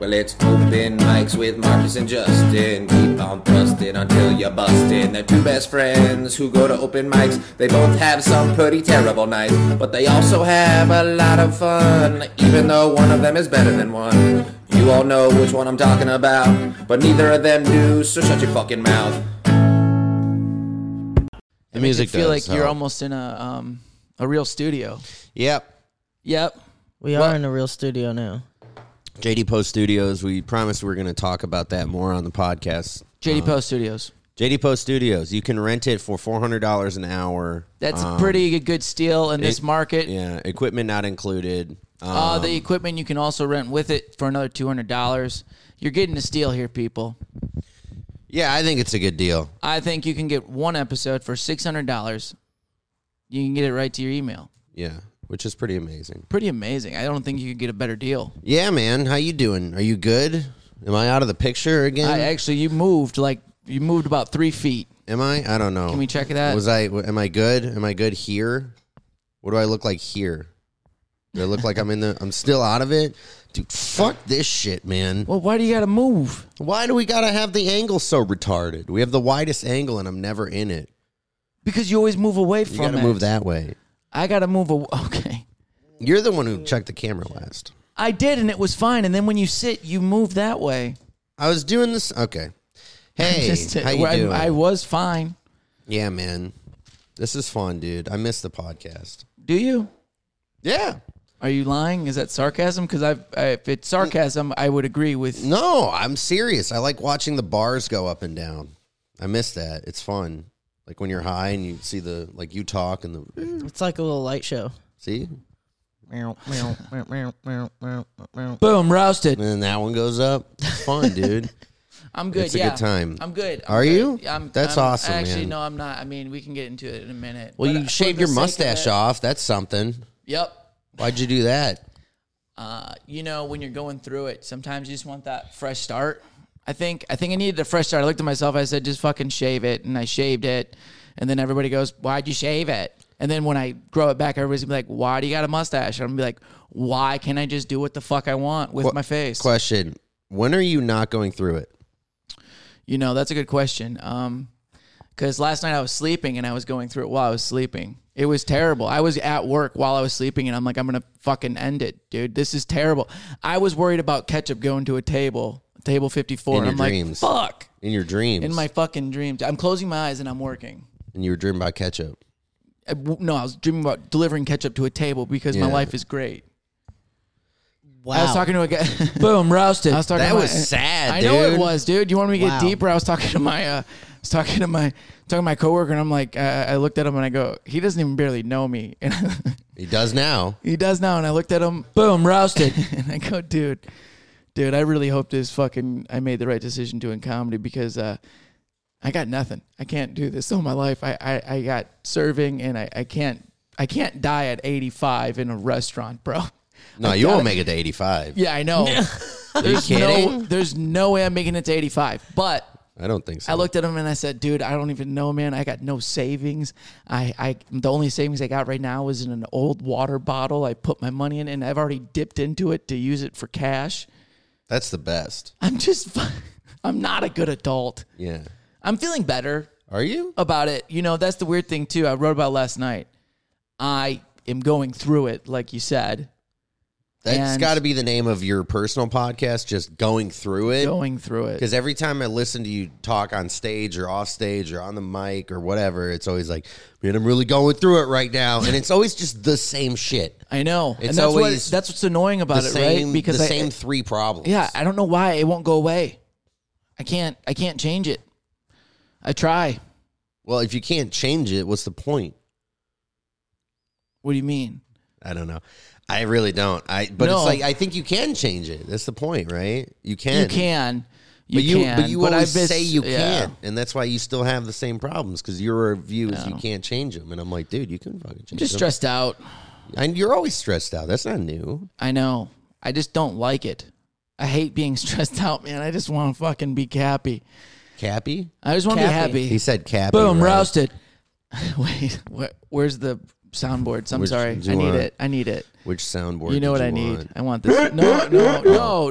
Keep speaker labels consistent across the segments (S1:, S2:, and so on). S1: Well, it's open mics with Marcus and Justin. Keep on thrusting until you're busting. They're two best friends who go to open mics. They both have some pretty terrible nights, but they also have a lot of fun, even though one of them is better than one. You all know which one I'm talking about, but neither of them do, so shut your fucking mouth.
S2: The
S3: It makes
S2: music
S3: you feel
S2: does,
S3: like you're
S2: huh?
S3: almost in a um a real studio.
S2: Yep.
S3: Yep.
S4: We
S3: Well-
S4: are in a real studio now.
S2: JD Post Studios. We promised we were going to talk about that more on the podcast.
S3: JD Post Studios.
S2: JD Post Studios. You can rent it for four hundred dollars an hour.
S3: That's
S2: Um,
S3: a pretty good steal in this
S2: it-
S3: market.
S2: Yeah, equipment not included. Um,
S3: Uh, the equipment you can also rent with it for another two hundred dollars. You're getting a steal here, people.
S2: yeah, I think it's a good deal.
S3: I think you can get one episode for six hundred dollars. You can get it right to your email.
S2: Yeah, which is pretty amazing.
S3: Pretty amazing. I don't think you could get a better deal.
S2: Yeah, man, how you doing? Are you good? Am I out of the picture again?
S3: I actually, you moved like you moved about three feet.
S2: am I? I don't know.
S3: Can we check that?
S2: Was I? w- Am I good? Am I good here? What do I look like here? Do I look like I'm in the? I'm still out of it, dude. Fuck this shit, man.
S3: Well, why do you got to move?
S2: Why do we gotta have the angle so retarded? We have the widest angle, and I'm never in it.
S3: Because you always move away
S2: You
S3: from
S2: gotta
S3: it.
S2: move that way.
S3: I got to move. Aw- okay.
S2: You're the one who checked the camera last.
S3: I did, and it was fine. And then when you sit, you move that way.
S2: I was doing this. Okay. Hey,
S3: Just-
S2: how you
S3: I,
S2: doing?
S3: I was fine.
S2: yeah, man. This is fun, dude. I miss the podcast.
S3: Do you?
S2: Yeah.
S3: Are you lying? Is that sarcasm? Because I, if it's sarcasm, I would agree with.
S2: No, I'm serious. I like watching the bars go up and down. I miss that. It's fun. Like when you're high and you see the like you talk and the
S4: It's like a little light show.
S2: see,
S4: That's
S3: Boom, roasted.
S2: and then that one goes up. It's fun, dude.
S3: I'm good.
S2: It's a
S3: yeah.
S2: good time.
S3: I'm good. I'm
S2: Are
S3: good.
S2: you?
S3: I'm,
S2: That's
S3: I'm-
S2: awesome,
S3: Actually,
S2: man.
S3: no, I'm not. I mean, we can get into it in a minute.
S2: Well,
S3: But, uh,
S2: you
S3: for
S2: shaved
S3: the
S2: your
S3: sake of
S2: mustache
S3: it-
S2: off. That's something.
S3: Yep.
S2: Why'd you do that?
S3: Uh, you know, when you're going through it, sometimes you just want that fresh start. I think I think I needed a fresh start. I looked at myself. I said, just fucking shave it, and I shaved it. And then everybody goes, "Why'd you shave it?" And then when I grow it back, everybody's gonna be like, "Why do you got a mustache?" And I'm gonna be like, "Why can't I just do what the fuck I want with
S2: Qu-
S3: my face?"
S2: Question: When are you not going through it?
S3: You know, that's a good question. Um, because last night I was sleeping and I was going through it while I was sleeping. It was terrible. I was at work while I was sleeping and I'm like, I'm gonna fucking end it, dude. This is terrible. I was worried about ketchup going to a table, table 54,
S2: In
S3: and
S2: your
S3: I'm
S2: dreams.
S3: like, fuck.
S2: In your dreams?
S3: In my fucking dreams, I'm closing my eyes and I'm working.
S2: and you were dreaming about ketchup.
S3: I w no, I was dreaming about delivering ketchup to a table because my
S2: Yeah.
S3: life is great.
S4: Wow.
S3: I was talking to a guy. Boom, roasted. I was talking
S2: That
S3: to my-
S2: was sad,
S3: I know it
S2: dude.
S3: was, dude. You want me to get
S4: Wow.
S3: deeper? I was talking to my, uh, I was talking to my, talking to my coworker, and I'm like, uh, I looked at him and I go, he doesn't even barely know me, and
S2: He does now.
S3: he does now. And I looked at him, boom, roasted, and I go, dude, dude, I really hope this fucking, I made the right decision doing comedy because uh, I got nothing. I can't do this all my life. I, I, I got serving, and I, I can't, I can't die at 85 in a restaurant, bro.
S2: No,
S3: I
S2: you
S3: gotta-
S2: won't make it to eighty-five.
S3: Yeah, I know. there's no,
S2: kidding?
S3: there's no way I'm making it to 85. But
S2: I don't think so.
S3: I looked at him and I said, "Dude, I don't even know, man. I got no savings. I, I, the only savings I got right now is in an old water bottle. I put my money in, and I've already dipped into it to use it for cash.
S2: That's the best.
S3: I'm just, I'm not a good adult.
S2: Yeah.
S3: I'm feeling better
S2: Are you?
S3: about it. You know, that's the weird thing too. I wrote about last night. I am going through it, like you said,
S2: That's
S3: And-
S2: got to be the name of your personal podcast. Just going through it.
S3: going through it.
S2: Because every time I listen to you talk on stage or off stage or on the mic or whatever, it's always like, man, I'm really going through it right now. And it's always just the same shit.
S3: I know, and
S2: It's
S3: that's what
S2: always
S3: that's what's annoying about
S2: the
S3: it,
S2: same,
S3: right? Because
S2: the
S3: I,
S2: same three problems.
S3: yeah, I don't know why it won't go away. I can't, I can't change it. I try.
S2: Well, if you can't change it, what's the point?
S3: What do you mean?
S2: I don't know. I really don't. I but
S3: No.
S2: it's like I think you can change it. That's the point, right? You can.
S3: You can, you
S2: But you,
S3: can,
S2: but you
S3: I
S2: always
S3: miss-
S2: say you
S3: yeah.
S2: can't, and that's why you still have the same problems because your view is you can't change them. And I'm like, dude, you can fucking change
S3: I'm just
S2: them.
S3: stressed out.
S2: And you're always stressed out. That's not new.
S3: I know. I just don't like it. I hate being stressed out, man. I just want to fucking be happy.
S2: Cappy.
S3: I just want to be
S4: Happy.
S3: happy.
S2: He said Cappy.
S3: Boom,
S2: right?
S3: roasted. Wait, wh- where's the soundboards. I'm
S2: Which
S3: sorry.
S2: do
S3: I
S2: you
S3: need
S2: want?
S3: it. I need it.
S2: Which soundboard?
S3: You know what
S2: did
S3: I need? Oh.
S2: want?
S3: I want this. No, no,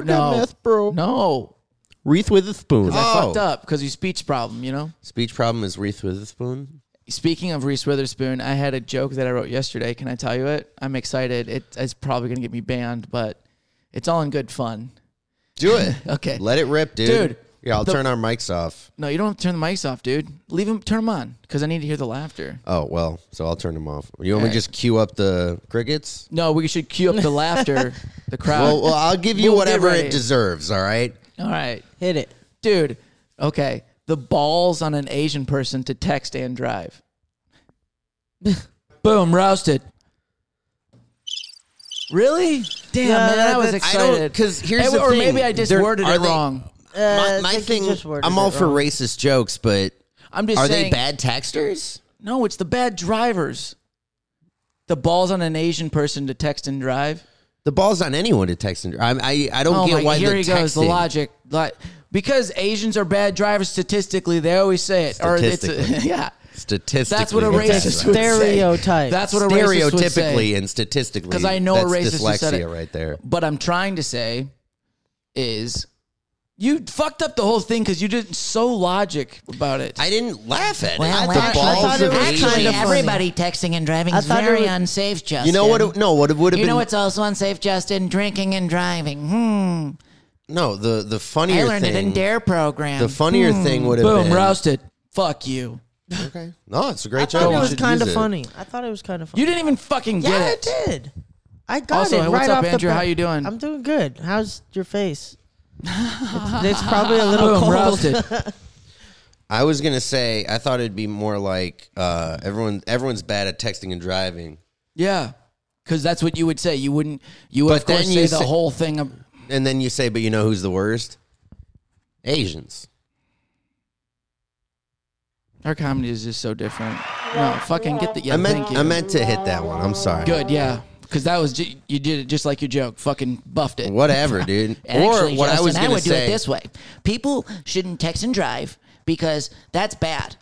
S3: no, no,
S4: meth, bro.
S3: no.
S5: Wreath with a spoon.
S3: I
S2: Oh.
S3: fucked up because you speech problem. You know.
S2: Speech problem is Reese Witherspoon.
S3: Speaking of Reese Witherspoon, I had a joke that I wrote yesterday. Can I tell you it? I'm excited. It, it's probably gonna get me banned, but it's all in good fun.
S2: Do it.
S3: Okay.
S2: Let it rip, dude.
S3: Dude,
S2: Yeah, I'll
S3: the-
S2: turn our mics off.
S3: No, you don't have to turn the mics off, dude. Leave them. Turn them on because I need to hear the laughter.
S2: Oh well, so I'll turn them off. You want me
S3: Okay.
S2: to just cue up the crickets?
S3: No, we should cue up the laughter, the crowd.
S2: Well, well, I'll give you
S3: Uh, We'll get
S2: whatever
S3: ready.
S2: it deserves. All right.
S3: all right.
S4: Hit it.
S3: dude. Okay, the balls on an Asian person to text and drive. Boom, roasted. Really? Damn,
S4: No,
S3: man,
S4: that-
S3: I was
S4: that's-
S2: I don't-
S3: excited.
S2: 'cause here's
S3: Eh,
S2: the
S3: or
S2: thing.
S3: maybe I just
S2: They're-
S3: worded
S2: are
S3: it
S2: they-
S3: wrong.
S4: Uh,
S2: my
S4: I
S2: my
S4: think you
S2: thing.
S4: just worded
S2: I'm
S4: it
S2: all for
S4: wrong.
S2: racist jokes, but
S3: I'm just
S2: are
S3: saying.
S2: they bad texters?
S3: No, it's the bad drivers. The balls on an Asian person to text and drive.
S2: The ball's on anyone to text and I I, I don't
S3: Oh
S2: get
S3: my!
S2: why
S3: here
S2: the
S3: he goes. The
S2: texting-
S3: logic, like because Asians are bad drivers statistically. They always say it. Or it's
S2: Statistically.
S3: yeah.
S2: statistically.
S3: That's what a
S2: that's
S3: racist
S2: right.
S3: would say.
S4: Stereotype.
S3: That's what a racist would say.
S2: Stereotypically and statistically,
S3: 'Cause I know a
S2: that's
S3: racist who
S2: dyslexia
S3: said it.
S2: right there.
S3: But I'm trying to say is you fucked up the whole thing because you did so logic about it.
S2: I didn't laugh at
S6: Well,
S2: it.
S6: well,
S2: The
S6: I
S2: balls
S4: thought it
S2: of
S4: was
S2: Asian-
S4: kind
S6: Actually,
S4: of funny.
S6: everybody texting and driving is
S4: I thought it
S6: very
S4: was-
S6: unsafe, Justin.
S2: You know what? It, no, what it would have
S6: You
S2: been.
S6: know what's also unsafe, Justin? Drinking and driving. Hmm.
S2: no, the the
S6: I
S2: funnier
S6: learned
S2: thing.
S6: it in Dare program.
S2: the funnier thing would have
S3: Boom,
S2: been.
S3: roasted. Fuck you.
S2: Okay. No, it's a great
S4: I
S2: joke.
S4: thought it
S2: You
S4: was
S2: should
S4: kind of
S2: use it.
S4: funny. I thought it was kind of funny.
S3: You didn't even fucking
S4: yeah,
S3: get it.
S4: I did. I got
S3: Also,
S4: it
S3: hey,
S4: right
S3: what's up,
S4: off the
S3: Andrew?
S4: bat.
S3: How you doing?
S4: I'm doing good. How's your face? it's, it's probably a little
S3: Boom,
S4: cold.
S3: roasted.
S2: I was gonna say I thought it'd be more like uh, everyone everyone's bad at texting and driving,
S3: yeah. Because that's what you would say. You wouldn't. You would
S2: But
S3: of course
S2: then
S3: say
S2: you
S3: the
S2: say-
S3: whole thing. Of,
S2: and then you say, but you know who's the worst? Asians.
S3: our comedy is just so different. No, fucking get the. Yeah,
S2: I
S3: thank
S2: meant
S3: you.
S2: I meant to hit that one. I'm sorry.
S3: Good, yeah. Because that was ju- you did it just like your joke. Fucking buffed it.
S2: Whatever, dude.
S6: Actually,
S2: or what I
S6: Justin,
S2: was
S6: I
S2: gonna
S6: would do
S2: say.
S6: it this way. People shouldn't text and drive because that's bad.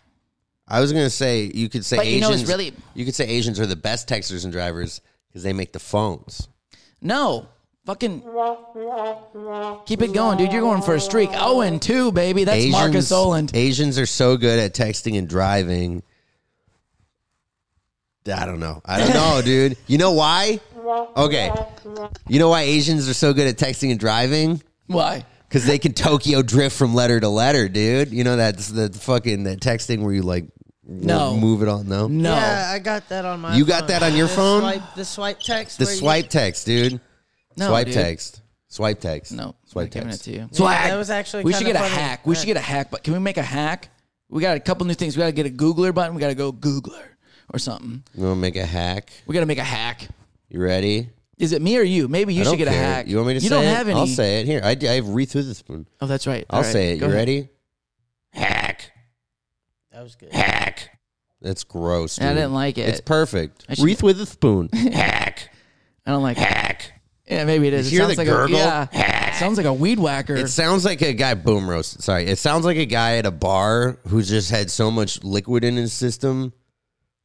S2: I was gonna say you could say
S6: But you
S2: Asians.
S6: know it's really-
S2: you could say Asians are the best texters and drivers because they make the phones.
S3: No, fucking keep it going, dude. You're going for a streak. Oh, and two, baby. That's Marcus Oland.
S2: Asians are so good at texting and driving. I don't know. I don't know, dude. You know why? Okay. You know why Asians are so good at texting and driving?
S3: Why?
S2: Because they can Tokyo drift from letter to letter, dude. You know that's the fucking that texting where you like
S3: No.
S2: move it all. No,
S3: No.
S4: Yeah, I got that on my.
S2: You got
S4: phone.
S2: that on your
S4: The
S2: phone?
S4: Swipe, the swipe text.
S2: the
S4: where you-
S2: swipe text, dude.
S3: No,
S2: swipe
S3: dude.
S2: text. Swipe text.
S3: No.
S2: Swipe
S3: I'm giving it
S2: text.
S3: to you.
S4: Swag. that was actually
S3: We should
S4: kinda
S3: get a
S4: funny.
S3: hack. We should get a hack. But can we make a hack? We got a couple new things. We got to get a Googler button. We got to go Googler or something.
S2: You want to make a hack?
S3: We got to make a hack.
S2: You ready?
S3: Is it me or you? Maybe you
S2: I
S3: should
S2: don't
S3: get a
S2: care.
S3: hack.
S2: You want me to
S3: You
S2: say
S3: don't
S2: it?
S3: have any.
S2: I'll say it. Here, I, I have Reese Witherspoon.
S3: Oh, that's right.
S2: I'll
S3: All right,
S2: say it.
S3: go
S2: You
S3: ahead.
S2: ready? Hack.
S4: That was good.
S2: Hack. That's gross.
S3: I
S2: dude.
S3: didn't like it.
S2: It's perfect.
S3: I should-
S2: Wreath with a spoon. hack.
S3: I don't like it.
S2: Hack.
S3: Yeah, maybe it is.
S2: You hear
S3: it sounds
S2: the
S3: like
S2: gurgle?
S3: a yeah. sounds like a weed whacker.
S2: It sounds like a guy boom roast. Sorry. It sounds like a guy at a bar who's just had so much liquid in his system.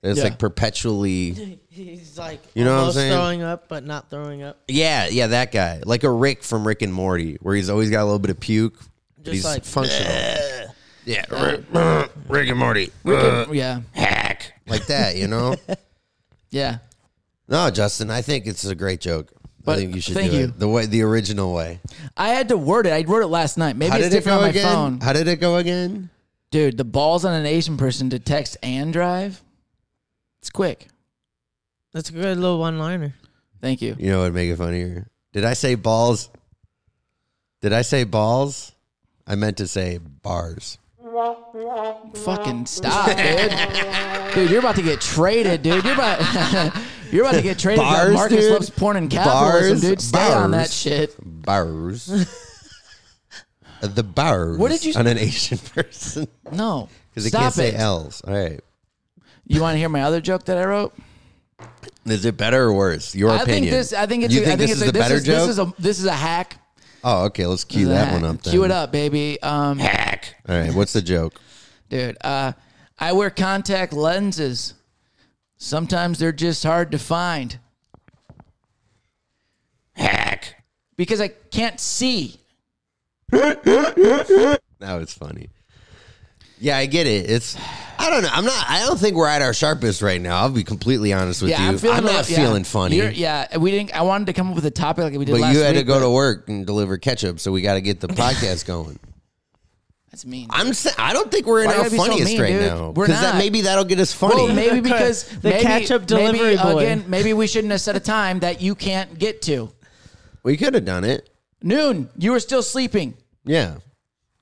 S2: that It's
S3: Yeah.
S2: like perpetually.
S4: He's like,
S2: You know what I'm
S4: almost
S2: saying?
S4: throwing up, but not throwing up.
S2: Yeah, yeah, that guy. Like a Rick from Rick and Morty, where he's always got a little bit of puke. but
S4: Just
S2: he's
S4: like,
S2: functional.
S3: Uh,
S2: yeah. Rick and Morty.
S3: yeah,
S2: hack. Like that, you know?
S3: yeah.
S2: No, Justin, I think it's a great joke.
S3: But
S2: I think you should
S3: thank
S2: do
S3: you.
S2: it the way the original way.
S3: I had to word it. I wrote it last night. Maybe
S2: How
S3: it's
S2: did it
S3: different
S2: go
S3: on my
S2: again?
S3: phone.
S2: How did it go again?
S3: Dude, the ball's on an Asian person to text and drive. It's quick.
S4: That's a good little one-liner.
S3: Thank you.
S2: You know what would make it funnier? Did I say balls? Did I say balls? I meant to say bars.
S3: Fucking stop, dude. dude, you're about to get traded, dude. You're about you're about to get traded. because
S2: Bars,
S3: Marcus
S2: dude.
S3: loves porn and capitalism,
S2: Bars,
S3: dude. Stay on that
S2: bars.
S3: shit.
S2: Bars. the bars.
S3: What did you-
S2: on an Asian person?
S3: No,
S2: Because they
S3: stop
S2: can't
S3: it.
S2: say L's. All right.
S3: You want to hear my other joke that I wrote?
S2: Is it better or worse? Your
S3: I
S2: opinion.
S3: think this. I think it's.
S2: You
S3: a,
S2: think
S3: I think
S2: this
S3: it's
S2: is
S3: a,
S2: the better
S3: this is,
S2: joke?
S3: This is a this is a hack.
S2: oh, okay. Let's
S3: This
S2: cue
S3: is a
S2: that
S3: hack.
S2: one up. Then.
S3: Cue it up, baby. Um,
S2: Hack. All right. What's the joke?
S3: dude. Uh, I wear contact lenses, Sometimes they're just hard to find
S2: Heck.
S3: because I can't see.
S2: That was funny. Yeah, I get it. It's I don't know. I'm not I don't think we're at our sharpest right now. I'll be completely honest with you.
S3: a
S2: not
S3: little- yeah.
S2: feeling funny.
S3: You're- yeah, we didn't. I wanted to come up with a topic like we did
S2: but
S3: last
S2: you had
S3: week.
S2: to go to work and deliver ketchup, so we got to get the podcast going.
S3: That's mean.
S2: I'm sa- I don't think we're in
S3: Why you
S2: our
S3: gotta be so
S2: funniest
S3: mean,
S2: right
S3: dude?
S2: now
S3: We're
S2: because that
S3: not.
S2: maybe that'll get us funny.
S3: Well, maybe because
S4: The
S3: maybe,
S4: catch-up delivery
S3: maybe,
S4: boy.
S3: Again, maybe we shouldn't have set a time that you can't get to.
S2: we could have done it.
S3: Noon. You were still sleeping.
S2: Yeah.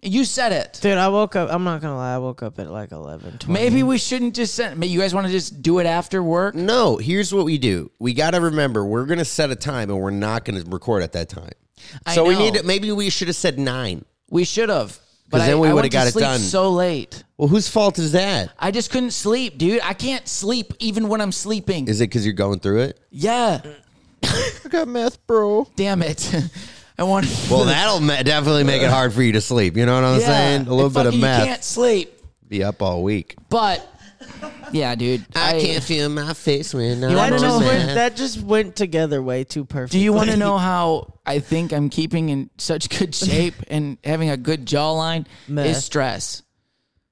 S3: You said it.
S4: Dude, I woke up. I'm not gonna lie. I woke up at like 11, 20.
S3: Maybe we shouldn't just send. Maybe you guys want to just do it after work.
S2: No, here's what we do. We got to remember we're going to set a time and we're not going to record at that time.
S3: I
S2: so we
S3: know.
S2: need to, maybe we should have said 9.
S3: We should have. But
S2: 'Cause then
S3: I-
S2: we
S3: I
S2: would've
S3: went to
S2: got it
S3: sleep
S2: done.
S3: So late.
S2: Well, whose fault is that?
S3: I just couldn't sleep, dude. I can't sleep even when I'm sleeping.
S2: Is it cuz you're going through it?
S3: yeah.
S2: I got meth, bro.
S3: Damn it. I want.
S2: Well, that'll ma- definitely make it hard for you to sleep. You know what I'm
S3: Yeah.
S2: saying? A little
S3: And
S2: bit of
S3: fucking
S2: meth.
S3: You can't sleep.
S2: Be up all week.
S3: But yeah, dude.
S2: feel my face when
S3: wanna
S4: That
S3: know
S4: just
S3: Oh,
S4: went,
S3: man.
S4: that just went together way too perfect.
S3: Do you want to know how I think I'm keeping in such good shape and having a good jawline
S4: Meh.
S3: is stress.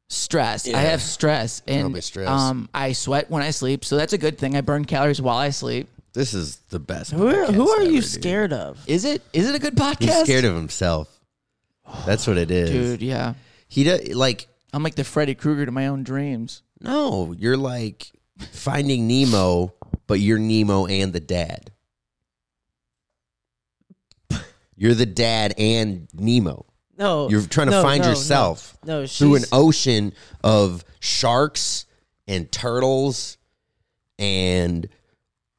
S3: Stress. I have stress,
S2: Don't
S3: and
S2: be stressed.
S3: um, I sweat when I sleep, so that's a good thing. I burn calories while I sleep.
S2: This is the best.
S4: Who are, who
S2: podcast
S4: are
S2: ever,
S4: you
S2: dude.
S4: scared of?
S3: Is it? Is it a good podcast?
S2: He's scared of himself. That's what it is.
S3: dude. Yeah,
S2: He does like
S3: I'm like the Freddy Krueger to my own dreams.
S2: no. You're like finding Nemo, but you're Nemo and the dad. You're the dad and Nemo.
S4: No,
S2: You're trying to
S4: no,
S2: find
S4: no, no.
S2: yourself
S4: No,
S2: through an
S4: she's-
S2: ocean of sharks and turtles and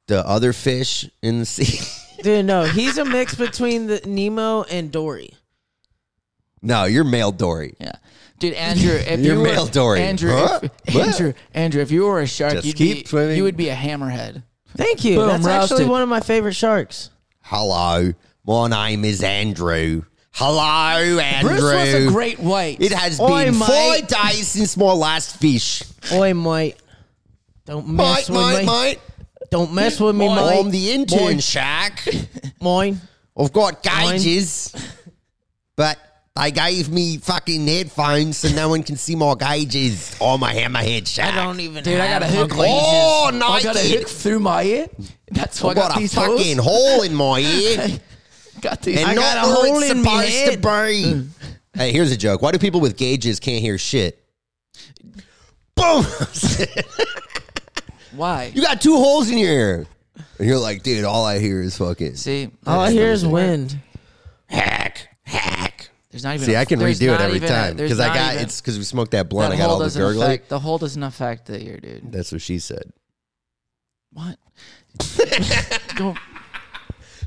S2: the other fish in the sea.
S4: Dude, no, he's a mix between the Nemo and Dory.
S2: no, you're male Dory.
S3: Yeah, dude, Andrew. If
S2: You're
S3: you were,
S2: male Dory.
S3: Andrew.
S2: Huh?
S3: If,
S2: What?
S3: Andrew, Andrew, if you were a shark,
S2: Just
S3: you'd
S2: keep
S3: be,
S2: swimming.
S3: you would be a hammerhead.
S4: Thank you.
S3: Boom,
S4: That's actually
S3: roasted.
S4: one of my favorite sharks.
S2: Hello, my name is Andrew. Hello, Andrew.
S3: Bruce was a great white.
S2: It has
S4: Oi,
S2: been
S4: mate.
S2: five days since my last fish.
S4: Oi, mate. Don't mess with me.
S2: mate.
S4: Don't mess with me,
S2: I'm
S4: mate.
S2: the intern
S4: Mine.
S2: shark.
S4: Mine.
S2: I've got gauges, but they gave me fucking headphones so no one can see my gauges. I'm a hammerhead shark.
S4: even.
S3: Dude, I got a hook.
S2: Oh,
S3: I got a
S2: Nike.
S3: hook through my ear. That's why I
S2: I've
S3: got,
S2: got a
S3: these
S2: fucking
S3: holes.
S2: hole in my ear,
S3: Got these.
S2: and
S3: I
S2: not
S3: got
S2: where
S3: a hole
S2: it's
S3: in my
S2: supposed to
S3: head.
S2: be. hey, here's a joke. Why do people with gauges can't hear shit? Boom!
S3: Why?
S2: you got two holes in your ear, and you're like, dude, all I hear is fucking
S3: See,
S4: All I hear is wind.
S2: hack, hack.
S3: there's not even.
S2: See,
S3: I
S2: I can redo it every time because I got it's because we smoked that blunt.
S3: that
S2: I got
S3: hole
S2: all the
S3: doesn't
S2: gurgling.
S3: affect- the hole doesn't affect the ear, dude.
S2: That's what she said.
S3: What?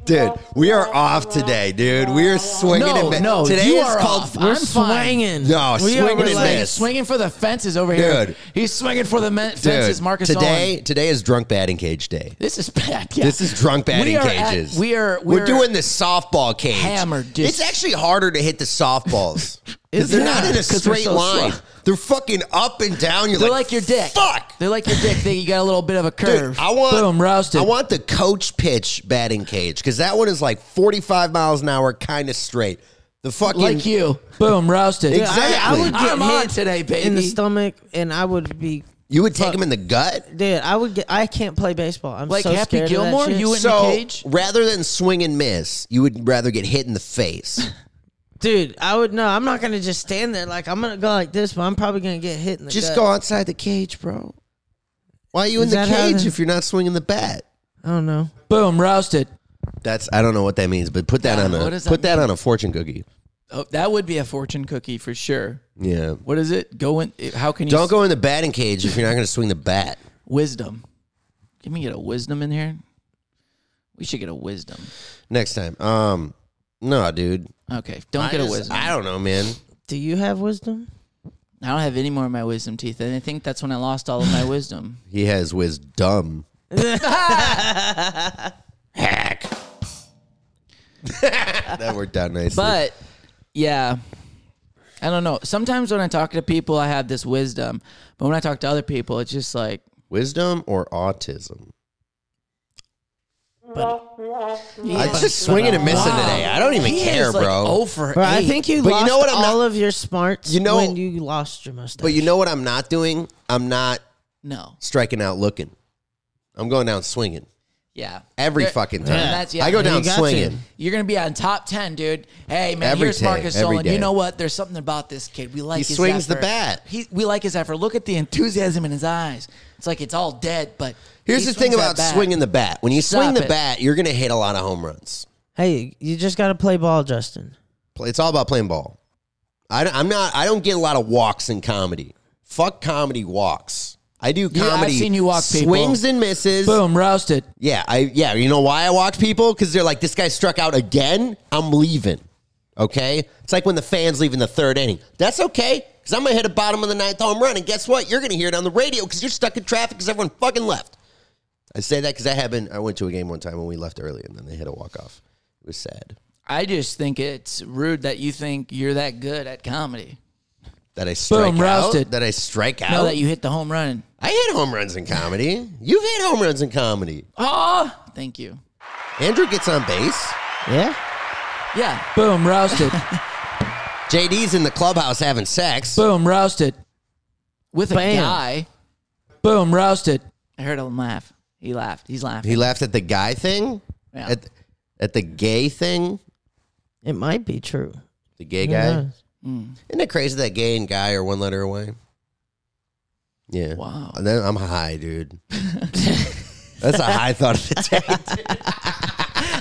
S2: Dude, we are off today, dude. We are swinging
S3: No,
S2: and mi-
S3: no,
S2: Today
S3: you
S2: is
S3: are
S2: called.
S3: off.
S4: We're
S3: I'm fine.
S4: swinging.
S2: No,
S4: We are
S2: swinging and
S4: relaxed.
S2: miss.
S3: Swinging for the fences over here.
S2: Dude.
S3: He's swinging for the men- fences.
S2: Dude,
S3: Marcus
S2: today,
S3: Owen.
S2: today is drunk batting cage day.
S3: This is bad. Yeah.
S2: This is drunk batting
S3: we are at-
S2: cages.
S3: we are.
S2: We're,
S3: we're-
S2: doing the softball cage.
S3: Hammered, dude.
S2: It's actually harder to hit the softballs. 'Cause they're
S3: Yeah,
S2: not in a
S3: 'cause they're
S2: straight
S3: so
S2: line.
S3: slow.
S2: They're fucking up and down. You're
S3: They're
S2: like,
S3: like your dick.
S2: Fuck.
S3: They're like your dick. They you got a little bit of a curve.
S2: Dude, I want
S3: boom roasted.
S2: I want the coach pitch batting cage because that one is like 45 miles an hour, kind of straight. The fucking
S3: like you. Boom roasted.
S2: Exactly.
S4: I, I would get
S3: I'm
S4: hit
S3: on today, baby.
S4: in the stomach, and I would be.
S2: you would take him in the gut.
S4: Dude, I would get. I can't play baseball. I'm
S3: Like
S4: so
S3: Happy
S4: scared of that
S3: Gilmore?
S4: shit.
S3: You would- in the
S2: So
S3: cage?
S2: rather than swing and miss, you would rather get hit in the face.
S4: dude, I would no. I'm not gonna just stand there. Like I'm gonna go like this, but I'm probably gonna get hit in the
S2: Just
S4: gut.
S2: go outside the cage, bro. Why are you
S4: Is
S2: in the
S4: that how
S2: cage
S4: the-
S2: if you're not swinging the bat?
S4: I don't know.
S3: boom roasted.
S2: That's I don't know what that means, but put that
S3: Yeah,
S2: on a
S3: what does that
S2: put that on a fortune cookie.
S3: Oh, that would be a fortune cookie for sure.
S2: Yeah.
S3: What is it? Go in. How can you?
S2: Don't go in the batting cage if you're not going to swing the bat.
S3: Wisdom. Can we get a wisdom in here? We should get a wisdom.
S2: Next time. Um no, dude.
S3: Okay, don't
S2: I
S3: get a
S2: just-
S3: wisdom.
S2: I don't know, man.
S4: Do you have wisdom?
S3: I don't have any more of my wisdom teeth, and I think that's when I lost all of my wisdom.
S2: He has wisdom. Hack. that worked out nicely.
S3: But yeah, I don't know. Sometimes when I talk to people, I have this wisdom, but when I talk to other people, it's just like
S2: Wisdom or autism? I
S3: Yeah.
S2: just swinging and missing
S3: Wow.
S2: today. I don't even
S3: He
S2: care,
S3: is, like,
S2: bro.
S3: oh for
S4: Bro, I
S3: eight.
S4: think you
S2: But
S4: lost
S2: you know what I'm
S4: all
S2: not-
S4: of your smarts
S2: You know-
S4: when you lost your mustache.
S2: but you know what I'm not doing? I'm not
S3: no.
S2: striking out looking. I'm going down swinging
S3: Yeah.
S2: every
S3: You're-
S2: fucking time.
S3: Yeah, that's- yeah,
S2: I go
S3: you
S2: down
S4: got
S2: swinging.
S4: to.
S3: You're gonna be on top ten, dude. Hey man,
S2: Every
S3: here's
S2: day,
S3: Marcus
S2: every
S3: Solon. You
S2: day.
S3: know what? There's something about this kid. We like. his
S2: swings the
S3: effort.
S2: bat.
S3: He, we like his effort. Look at the enthusiasm in his eyes. It's like it's all dead, but
S2: Here's
S3: he
S2: the
S3: swings
S2: thing
S3: that
S2: about
S3: bat.
S2: swinging the bat. When you swing
S3: Stop
S2: the
S3: it.
S2: bat, you're going to hit a lot of home runs.
S4: hey, you just got to play ball, Justin.
S2: Play- It's all about playing ball. I, am not. I don't get a lot of walks in comedy. Fuck comedy walks. I do
S3: I've
S2: comedy.
S3: seen you walk people.
S2: swings and misses.
S3: Boom, roasted.
S2: Yeah, I yeah. You know why I walk people? Because they're like, this guy struck out again. I'm leaving. Okay, it's like when the fans leave in the third inning. That's okay, because I'm gonna hit a bottom of the ninth home run, and guess what? You're gonna hear it on the radio because you're stuck in traffic because everyone fucking left. I say that because I happened. I went to a game one time and we left early, and then they hit a walk off. It was sad
S3: I just think it's rude that you think you're that good at comedy.
S2: that I strike out.
S3: roasted.
S2: That I strike out.
S3: Know that you hit the home run.
S2: I hit home runs in comedy. You've hit home runs in comedy.
S3: Oh,
S2: Ah!
S3: thank you.
S2: Andrew gets on base.
S4: Yeah.
S3: Yeah. Boom, roasted.
S2: JD's in the clubhouse having sex.
S3: Boom, roasted. With a
S4: Bam.
S3: guy. Boom, roasted. I heard him laugh. He laughed. He's laughing.
S2: He laughed at the guy thing?
S3: Yeah.
S2: At, at the gay thing?
S4: It might be true.
S2: The gay
S4: Who
S2: guy?
S4: knows?
S2: Isn't it crazy that gay and guy are one letter away? Yeah.
S3: Wow.
S2: And then I'm high, dude. that's a high thought of the day.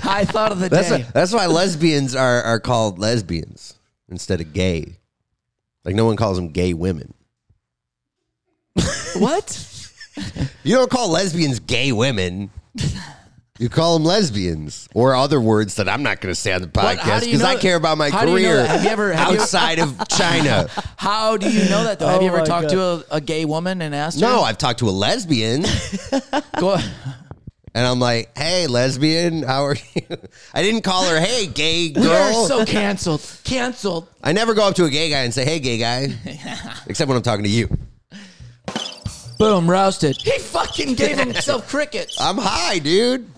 S3: I thought of the
S2: That's,
S3: day.
S2: that's why lesbians are, are called lesbians instead of gay. Like, no one calls them gay women.
S3: what?
S2: You don't call lesbians gay women. You call them lesbians or other words that I'm not going to say on the
S3: What? How
S2: podcast
S3: do you
S2: because
S3: know
S2: I
S3: that-
S2: care about my
S3: how do you know
S2: career
S3: that? Have you ever- have you-
S2: outside of China.
S3: How do you know that though? Have you
S4: Oh
S3: ever
S4: my
S3: talked to a, a gay woman and asked
S2: No,
S3: her?
S2: I've talked to a lesbian and
S3: Go,
S2: I'm like, hey, lesbian, how are you? I didn't call her, hey, gay
S3: we are
S2: girl.
S3: so canceled. Canceled.
S2: I never go up to a gay guy and say, hey, gay guy, except when I'm talking to you.
S3: Boom, roasted. He fucking gave himself crickets.
S2: I'm high, dude.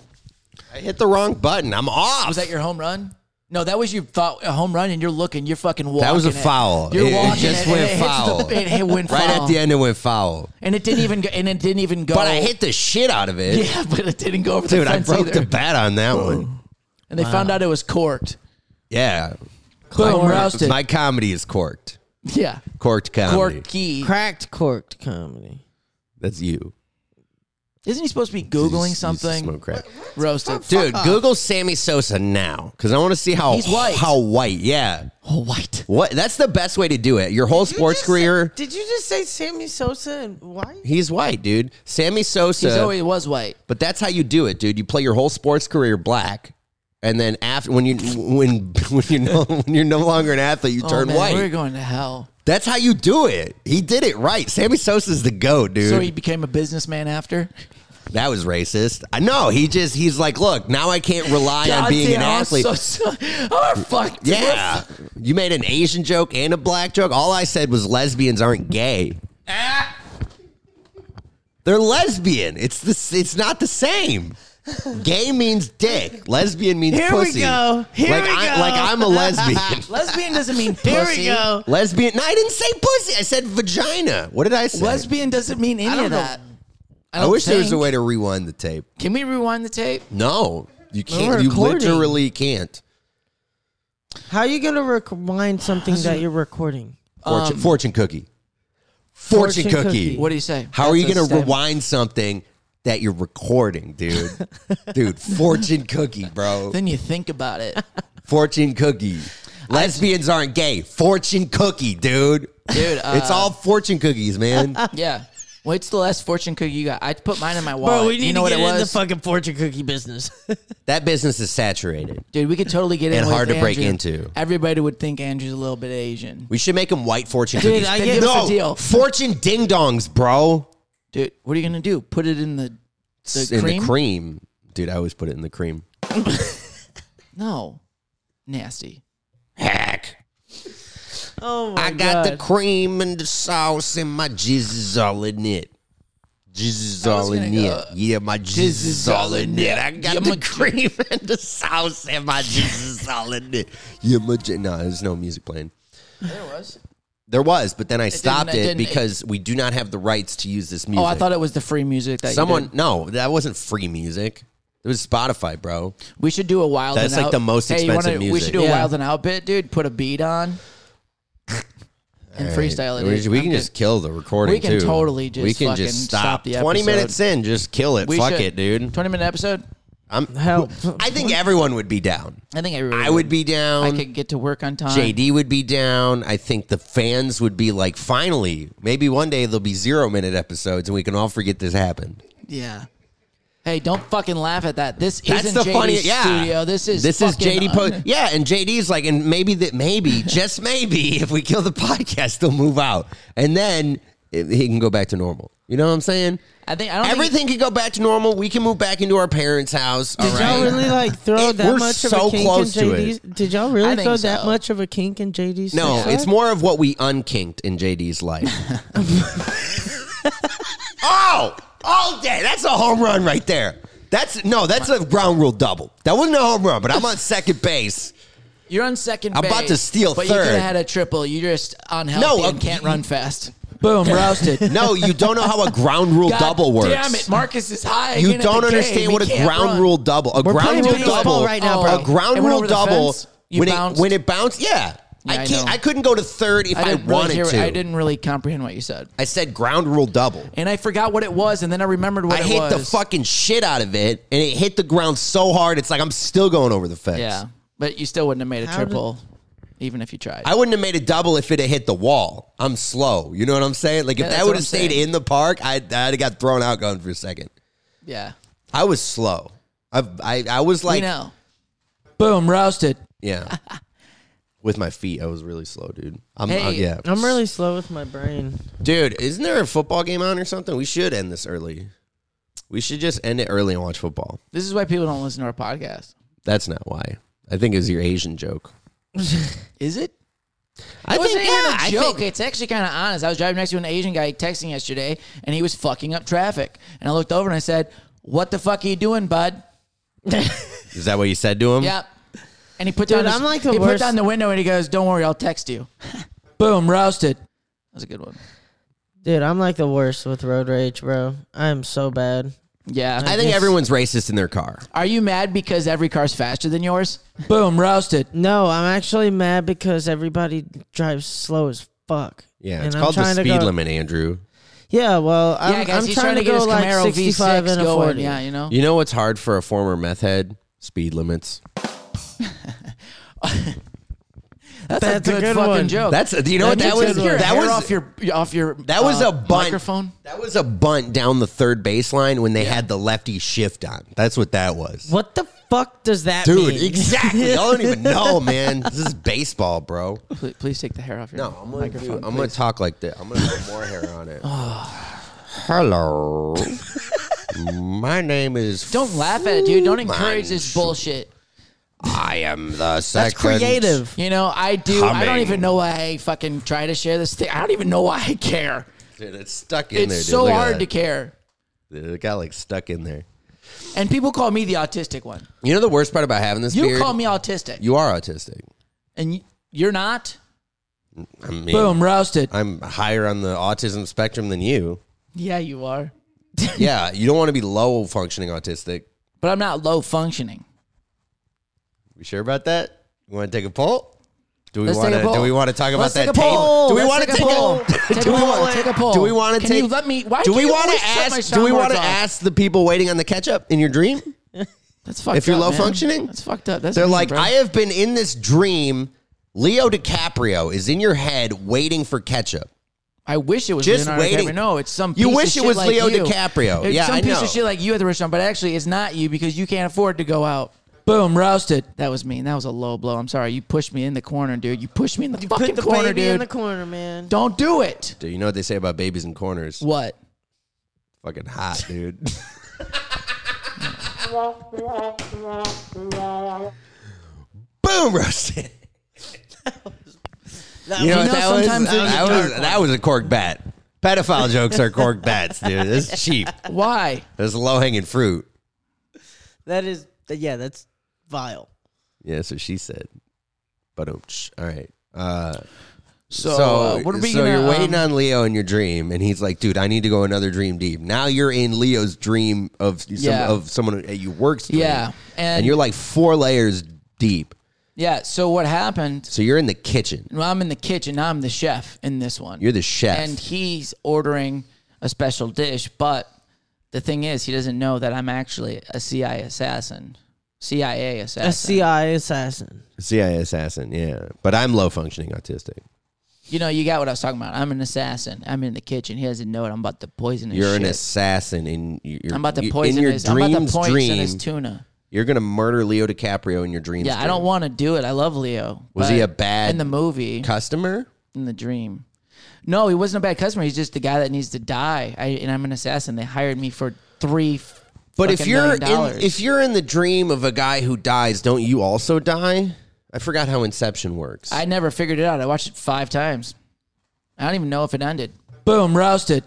S2: I hit the wrong button. I'm off.
S3: Was that your home run? No, that was your thought a home run, and you're looking, you're fucking walking.
S2: That was a
S3: it.
S2: foul.
S3: You're
S2: It- it
S3: walking.
S2: just
S3: it, and
S2: went
S3: it hits the-
S2: foul.
S3: it, it went
S2: right
S3: foul.
S2: at the end, it went foul.
S3: and it didn't even go. And it didn't even go.
S2: But I hit the shit out of it.
S3: Yeah, but it didn't go over the
S2: Dude, I
S3: fence
S2: broke
S3: either.
S2: the bat on that one.
S3: and they found out it was corked.
S2: Yeah.
S3: Boom, roasted.
S2: My comedy is corked.
S3: yeah,
S2: Corked comedy.
S3: corky.
S4: Cracked corked comedy.
S2: That's you.
S3: Isn't he supposed to be
S2: You
S3: googling
S2: s- you
S3: something?
S2: smoke crack.
S3: Roasted.
S2: Dude, Google Sammy Sosa now because I want to see how
S3: He's white.
S2: How white? Yeah.
S3: Oh, white.
S2: What? That's the best way to do it. Your whole sports career.
S4: did you just say Sammy Sosa and why?
S2: he's white, dude. Sammy Sosa.
S3: He's always was white.
S2: But that's how you do it, dude. You play your whole sports career black, and then after when you when when you're no when you're no longer an athlete, you
S3: oh,
S2: turn
S3: man,
S2: white.
S3: We're going to hell.
S2: That's how you do it. He did it right. Sammy Sosa's the goat, dude.
S3: So he became a businessman after.
S2: that was racist. I know. He just he's like, look, now I can't rely on being an athlete.
S3: I'm so, so, oh, fuck. dude.
S2: yeah, you made an Asian joke and a black joke. All I said was lesbians aren't gay.
S4: Ah.
S2: They're lesbian. It's this. It's not the same. Gay means dick. Lesbian means
S4: Here we
S2: pussy.
S4: go. Here
S2: like
S4: we
S2: I,
S4: go.
S2: Like I'm a lesbian.
S3: Lesbian doesn't mean pussy.
S4: Here we go.
S2: lesbian. No, I didn't say pussy. I said vagina. What did I say?
S3: Lesbian doesn't mean any
S4: don't
S3: of
S4: know.
S3: that.
S2: I, wish there was a
S3: think.
S2: way to rewind the tape.
S3: Can we rewind the tape?
S2: No, you
S4: we're
S2: can't. You
S4: recording.
S2: literally can't.
S4: How are you gonna rewind something that you're recording?
S2: Fortune, fortune cookie. Fortune,
S4: Um, Fortune
S2: cookie.
S4: cookie.
S3: What do you say?
S2: How are
S3: That's
S2: you
S3: a
S2: going to
S3: statement.
S2: rewind something that you're recording, dude? dude, fortune cookie, bro.
S3: Then you think about it.
S2: Fortune cookie. Lesbians aren't gay. Fortune cookie, dude.
S3: Dude, uh,
S2: it's all fortune cookies, man.
S3: Yeah. What's the last fortune cookie you got? I put mine in my wallet.
S4: Bro, we need
S3: you know
S4: to
S3: what
S4: get
S3: it was?
S4: in the fucking fortune cookie business.
S2: that business is saturated.
S3: Dude, we could totally get in
S2: And
S3: with
S2: hard to break
S3: Andrew.
S2: into.
S3: Everybody would think Andrew's a little bit Asian.
S2: We should make them white fortune
S4: Dude,
S2: cookies.
S4: I
S3: Then
S4: get-
S3: give
S2: no,
S3: us a deal.
S2: fortune ding dongs, bro.
S3: Dude, what are you gonna do? Put it in the the,
S2: in
S3: cream?
S2: the cream. Dude, I always put it in the cream.
S3: No. Nasty.
S2: Heck.
S4: oh my
S2: I got the cream and the sauce and my jizz is all in it. Jizz is all
S3: was
S2: in
S3: gonna go,
S2: it. Yeah, my jizz is all in it. I got
S3: Yeah,
S2: the
S3: my-
S2: cream and the sauce, and my jizz is all in it. Yeah, my jizz. No, there's no music playing.
S3: There was.
S2: There was, but then I stopped
S3: it
S2: it,
S3: didn't- it-
S2: because we do not have the rights to use this music.
S3: Oh, I thought it was the free music that you
S2: someone.
S3: did.
S2: No, that wasn't free music. It was Spotify, bro.
S3: We should do a wild.
S2: That's
S3: and
S2: like
S3: out.
S2: the most
S3: hey, you wanna-
S2: expensive
S3: We
S2: music.
S3: should do a
S4: Yeah.
S3: wild and out bit, dude. Put a beat on and freestyle it.
S2: We,
S3: dude.
S2: we
S3: I'm
S2: can
S3: good.
S2: just kill the recording.
S3: We can
S2: too.
S3: totally just
S2: we can
S3: fucking
S2: just
S3: stop
S2: stop.
S3: the
S2: Twenty
S3: episode.
S2: minutes in, just kill it.
S3: We
S2: Fuck
S3: should.
S2: it, dude.
S3: Twenty minute episode.
S2: I'm.
S4: Hell,
S2: I think everyone would be down.
S3: I think everybody.
S2: I would be down.
S3: I could get to work on time.
S2: JD would be down. I think the fans would be like, finally, maybe one day there'll be zero minute episodes and we can all forget this happened.
S3: Yeah. Hey, don't fucking laugh at that. This
S2: That's
S3: isn't
S2: the
S3: JD's
S2: funny. Yeah,
S3: studio. This is
S2: this is
S3: fucking
S2: JD. Po-
S3: un-
S2: yeah, and JD's like, and maybe that, maybe just maybe, if we kill the podcast, they'll move out, and then it, he can go back to normal. You know what I'm saying?
S3: I think I don't think-
S2: Everything could go back to normal. We can move back into our parents' house. all
S4: Did y'all
S2: right?
S4: really like throw
S2: It-
S4: that
S2: we're
S4: much
S2: so
S4: of a kink
S2: close to
S4: in JD's? Did y'all really
S3: I think
S4: throw that
S3: so.
S4: much of a kink in JD's?
S2: No,
S4: sex
S2: it's
S4: life?
S2: more of what we unkinked in JD's life. oh, all day. That's a home run right there. That's no, that's a ground rule double. That wasn't a home run, but I'm on second base.
S3: You're on second.
S2: I'm about
S3: base,
S2: to steal
S3: But you could
S2: third.
S3: have had a triple. You just unhealthy
S2: No,
S3: and
S2: uh,
S3: can't run fast. Boom, rousted.
S2: No, you don't know how a ground rule
S3: God
S2: double works.
S3: Damn it, Marcus is high.
S2: You
S3: again at
S2: don't
S3: the game.
S2: understand
S3: He
S2: what a
S3: can't
S2: ground
S3: run.
S2: rule double. A
S4: playing
S2: ground rule
S4: video
S2: double.
S4: ball right now,
S3: bro.
S2: A ground
S3: It went
S2: rule
S3: over the
S2: double.
S3: fence. You
S2: When it,
S3: bounced.
S2: when it bounced, yeah.
S3: Yeah,
S2: I
S3: I
S2: can't.
S3: know.
S2: I, couldn't go to third if I,
S3: didn't really
S2: wanted
S3: hear-
S2: to.
S3: I didn't really comprehend what you said,
S2: I said ground rule double.
S3: and I forgot what it was, and then I remembered what
S2: I
S3: it
S2: hit
S3: was.
S2: the fucking shit out of it, and it hit the ground so hard, it's like I'm still going over the fence.
S3: Yeah, but you still wouldn't have made a
S4: How did-
S3: triple, even if you tried.
S2: I wouldn't have made a double if it had hit the wall. I'm slow. You know what I'm saying? Like,
S3: Yeah,
S2: if
S3: that's
S2: that
S3: what
S2: would have
S3: I'm
S2: stayed
S3: saying.
S2: in the park, I, I'd have got thrown out going for a second.
S3: yeah,
S2: I was slow. I've, I, I was like,
S3: we know. Boom, roasted.
S2: yeah. With my feet, I was really slow, dude. I'm,
S3: Hey.
S2: I'm- yeah.
S4: I'm really slow with my brain.
S2: Dude, isn't there a football game on or something? We should end this early. We should just end it early and watch football.
S3: This is why people don't listen to our podcast.
S2: That's not why. I think it was your Asian joke.
S3: Is it?
S2: I
S3: It wasn't
S2: think, yeah, I
S3: even a joke.
S2: think
S3: it's actually kind of honest. I was driving next to an Asian guy texting yesterday, and he was fucking up traffic. And I looked over and I said, "What the fuck are you doing, bud?"
S2: Is that what you said to him?
S3: Yep. And he put
S4: Dude,
S3: down. his-
S4: I'm like the
S3: he put
S4: worst-
S3: down the window and he goes, "Don't worry, I'll text you." Boom, roasted. That was a good one.
S4: Dude, I'm like the worst with road rage, bro. I am so bad.
S3: Yeah.
S2: I think everyone's racist in their car.
S3: Are you mad because every car's faster than yours? Boom, roasted.
S4: No, I'm actually mad because everybody drives slow as fuck.
S2: Yeah,
S4: And
S2: it's
S4: I'm
S2: called the
S4: trying to
S2: speed
S4: go-
S2: limit, Andrew.
S4: Yeah, well, I'm,
S3: yeah, guys,
S4: I'm
S3: he's
S4: trying, to,
S3: get
S4: go
S3: his
S4: like
S3: Camaro
S4: 65
S3: V6
S4: and a
S3: going.
S4: 40.
S3: Yeah, you know.
S2: You know what's hard for a former meth head? Speed limits.
S3: That's,
S4: That's
S3: a
S4: a
S3: good,
S4: good
S3: fucking
S4: one.
S3: joke.
S2: That's you know what that
S3: That
S2: was.
S3: was your
S2: That
S3: hair
S2: was
S3: off your off your
S2: that was
S3: uh,
S2: a bunt.
S3: microphone.
S2: That was a bunt down the third baseline when they had the lefty shift on. That's what that was,
S4: What the fuck does that
S2: dude.
S4: mean?
S2: Exactly. Y'all don't even know, man. This is baseball, bro.
S3: Please, please take the hair off your
S2: No, I'm gonna, do,
S3: microphone.
S2: I'm gonna talk like this. I'm gonna put more hair on it.
S4: Oh.
S2: Hello. My name is.
S3: Don't laugh at it, dude. Don't encourage
S2: Mine
S3: this bullshit.
S2: I am the
S4: That's
S2: second.
S4: creative.
S3: You know, I do. I don't
S2: Humming.
S3: even know why I fucking try to share this thing. I don't even know why I care.
S2: Dude, it's stuck in
S3: It's
S2: there. dude.
S3: so
S2: Look at
S3: hard
S2: that.
S3: to care.
S2: Dude, It got like stuck in there.
S3: And people call me the autistic one.
S2: You know the worst part about having this
S3: You
S2: beard?
S3: call me autistic,
S2: You are autistic.
S3: and y- you're not.
S2: I mean,
S3: Boom, roasted.
S2: I'm higher on the autism spectrum than you.
S3: Yeah, you are.
S2: yeah, you don't want to be low functioning autistic.
S3: But I'm not low functioning.
S2: We sure about that? You want to take a poll? Do we
S3: Let's take
S2: want
S3: a
S2: to?
S3: poll.
S2: Do we want to talk
S3: Let's
S2: about
S3: take
S2: that?
S3: a poll.
S2: Taylor? Do we
S3: Let's
S2: want to
S3: take a
S2: take
S3: poll.
S2: a?
S3: Take
S2: Do
S3: a
S2: we
S3: poll.
S2: want
S3: Take a poll.
S2: Do we want to
S3: Can
S2: take?
S3: you let me- why
S2: do
S3: can't
S2: we
S3: you
S2: want
S3: always
S2: to
S3: shut my
S2: ask? Do we want
S3: soundboards
S2: to
S3: off?
S2: ask the people waiting on the catch up in your dream?
S3: That's fucked
S2: If you're
S3: up,
S2: low
S3: man.
S2: functioning,
S3: that's fucked up. That's
S2: They're
S3: mean,
S2: like,
S3: bro.
S2: I have been in this dream. Leo DiCaprio is in your head waiting for ketchup.
S3: I wish it was
S2: Just
S3: Leonardo
S2: waiting.
S3: DiCaprio. No, it's some.
S2: You
S3: piece
S2: wish
S3: of
S2: it
S3: shit
S2: was
S3: like
S2: Leo
S3: you.
S2: DiCaprio.
S3: It's
S2: Yeah,
S3: some
S2: I
S3: piece
S2: know.
S3: of shit like you at the restaurant, but actually, it's not you because you can't afford to go out. Boom, roasted. That was mean. That was a low blow. I'm sorry. You pushed me in the corner, dude. You pushed me in the fucking
S4: Put the
S3: corner,
S4: baby
S3: dude.
S4: in the corner, man.
S3: Don't do it.
S2: Dude, you know what they say about babies in corners?
S3: What?
S2: Fucking hot, dude. Boom, roasted. you know,
S3: You know,
S2: what that was?
S3: sometimes
S2: That,
S3: there's a
S2: was that was a cork bat. Pedophile jokes are cork bats, dude. This is cheap.
S3: Why?
S2: This is low hanging fruit.
S4: That is, yeah, that's vile.
S2: Yeah, so she said. But oops. All right. Uh,
S3: So,
S2: so
S3: uh, what are we
S2: so
S3: gonna?
S2: you're waiting
S3: um,
S2: on Leo in your dream, and he's like, "Dude, I need to go another dream deep." Now you're in Leo's dream of some,
S3: Yeah.
S2: of someone at you works. dream,
S3: Yeah, and,
S2: and you're like four layers deep.
S3: yeah. So what happened?
S2: So you're in the kitchen.
S3: Well, I'm in the kitchen. I'm the chef in this one.
S2: You're the chef.
S3: and he's ordering a special dish, but the thing is, he doesn't know that I'm actually a CIA assassin, CIA assassin.
S4: A CI assassin.
S2: CIA assassin, yeah. But I'm low functioning autistic.
S3: you know, you got what I was talking about. I'm an assassin. I'm in the kitchen. He doesn't know it. I'm about to poison his
S2: You're an
S3: shit.
S2: assassin, and you're
S3: I'm about to
S2: you-
S3: poison
S2: in your
S3: his. I'm about to
S2: dreams.
S3: poison
S2: dream,
S3: his tuna.
S2: you're gonna murder Leo DiCaprio in your dreams.
S3: Yeah, I don't
S2: dream.
S3: want to do it. I love Leo.
S2: Was he
S3: but
S2: a bad
S3: in the movie?
S2: customer.
S3: in the dream. No, he wasn't a bad customer. He's just the guy that needs to die. I, and I'm an assassin. They hired me for three. f-
S2: But if
S3: fucking
S2: you're
S3: million
S2: in,
S3: dollars.
S2: if you're in the dream of a guy who dies, don't you also die? I forgot how Inception works.
S3: I never figured it out. I watched it five times. I don't even know if it ended. Boom, roasted.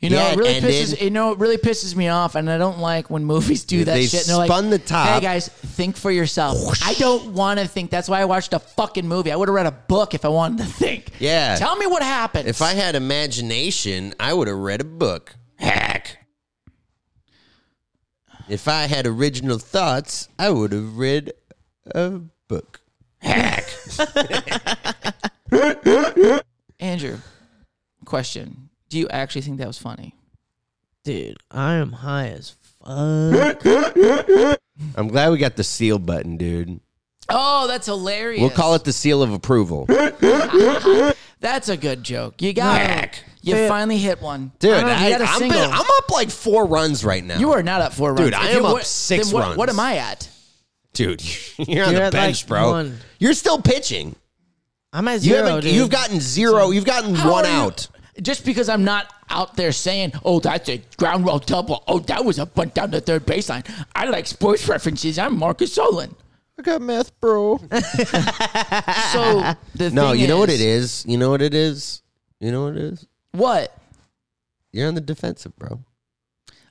S3: You know,
S2: Yeah,
S3: it really
S2: it ended.
S3: pisses. You know, it really pisses me off, and I don't like when movies do that
S2: They
S3: shit. and they're
S2: spun the
S3: like,
S2: top.
S3: Hey guys, think for yourself. I don't want to think. That's why I watched a fucking movie. I would have read a book if I wanted to think.
S2: Yeah.
S3: Tell me what happened.
S2: if I had imagination, I would have read a book. Hack. If I had original thoughts, I would have read a book. Hack.
S3: Andrew, question: Do you actually think that was funny?
S4: Dude, I am high as fuck.
S2: I'm glad we got the seal button, dude.
S3: Oh, that's hilarious.
S2: We'll call it the seal of approval.
S3: That's a good joke. You got it. You
S4: Dude.
S3: finally hit one,
S2: Dude,
S3: I don't know if you
S2: I,
S3: got a
S2: am
S3: single.
S2: I'm up like four runs right now.
S3: You are not up four runs.
S2: Dude, I
S3: If you
S2: am up
S3: would-
S2: six
S3: then what,
S2: runs.
S3: What am I at?
S2: dude, you're on
S4: You're
S2: the
S4: at, like,
S2: bench, bro.
S4: one.
S2: You're still pitching.
S4: I'm at
S2: You
S4: zero,
S2: haven't-
S4: dude.
S2: You've gotten zero. You've gotten
S3: How
S2: one
S3: are you-
S2: out.
S3: Just because I'm not out there saying, "Oh, that's a ground roll double," "Oh, that was a bunt down the third baseline." I like sports references. I'm Marcus Solon.
S2: I got meth, bro.
S3: So the
S2: No,
S3: thing
S2: you know what it is. You know what it is. You know what it is.
S3: What
S2: You're on the defensive, bro.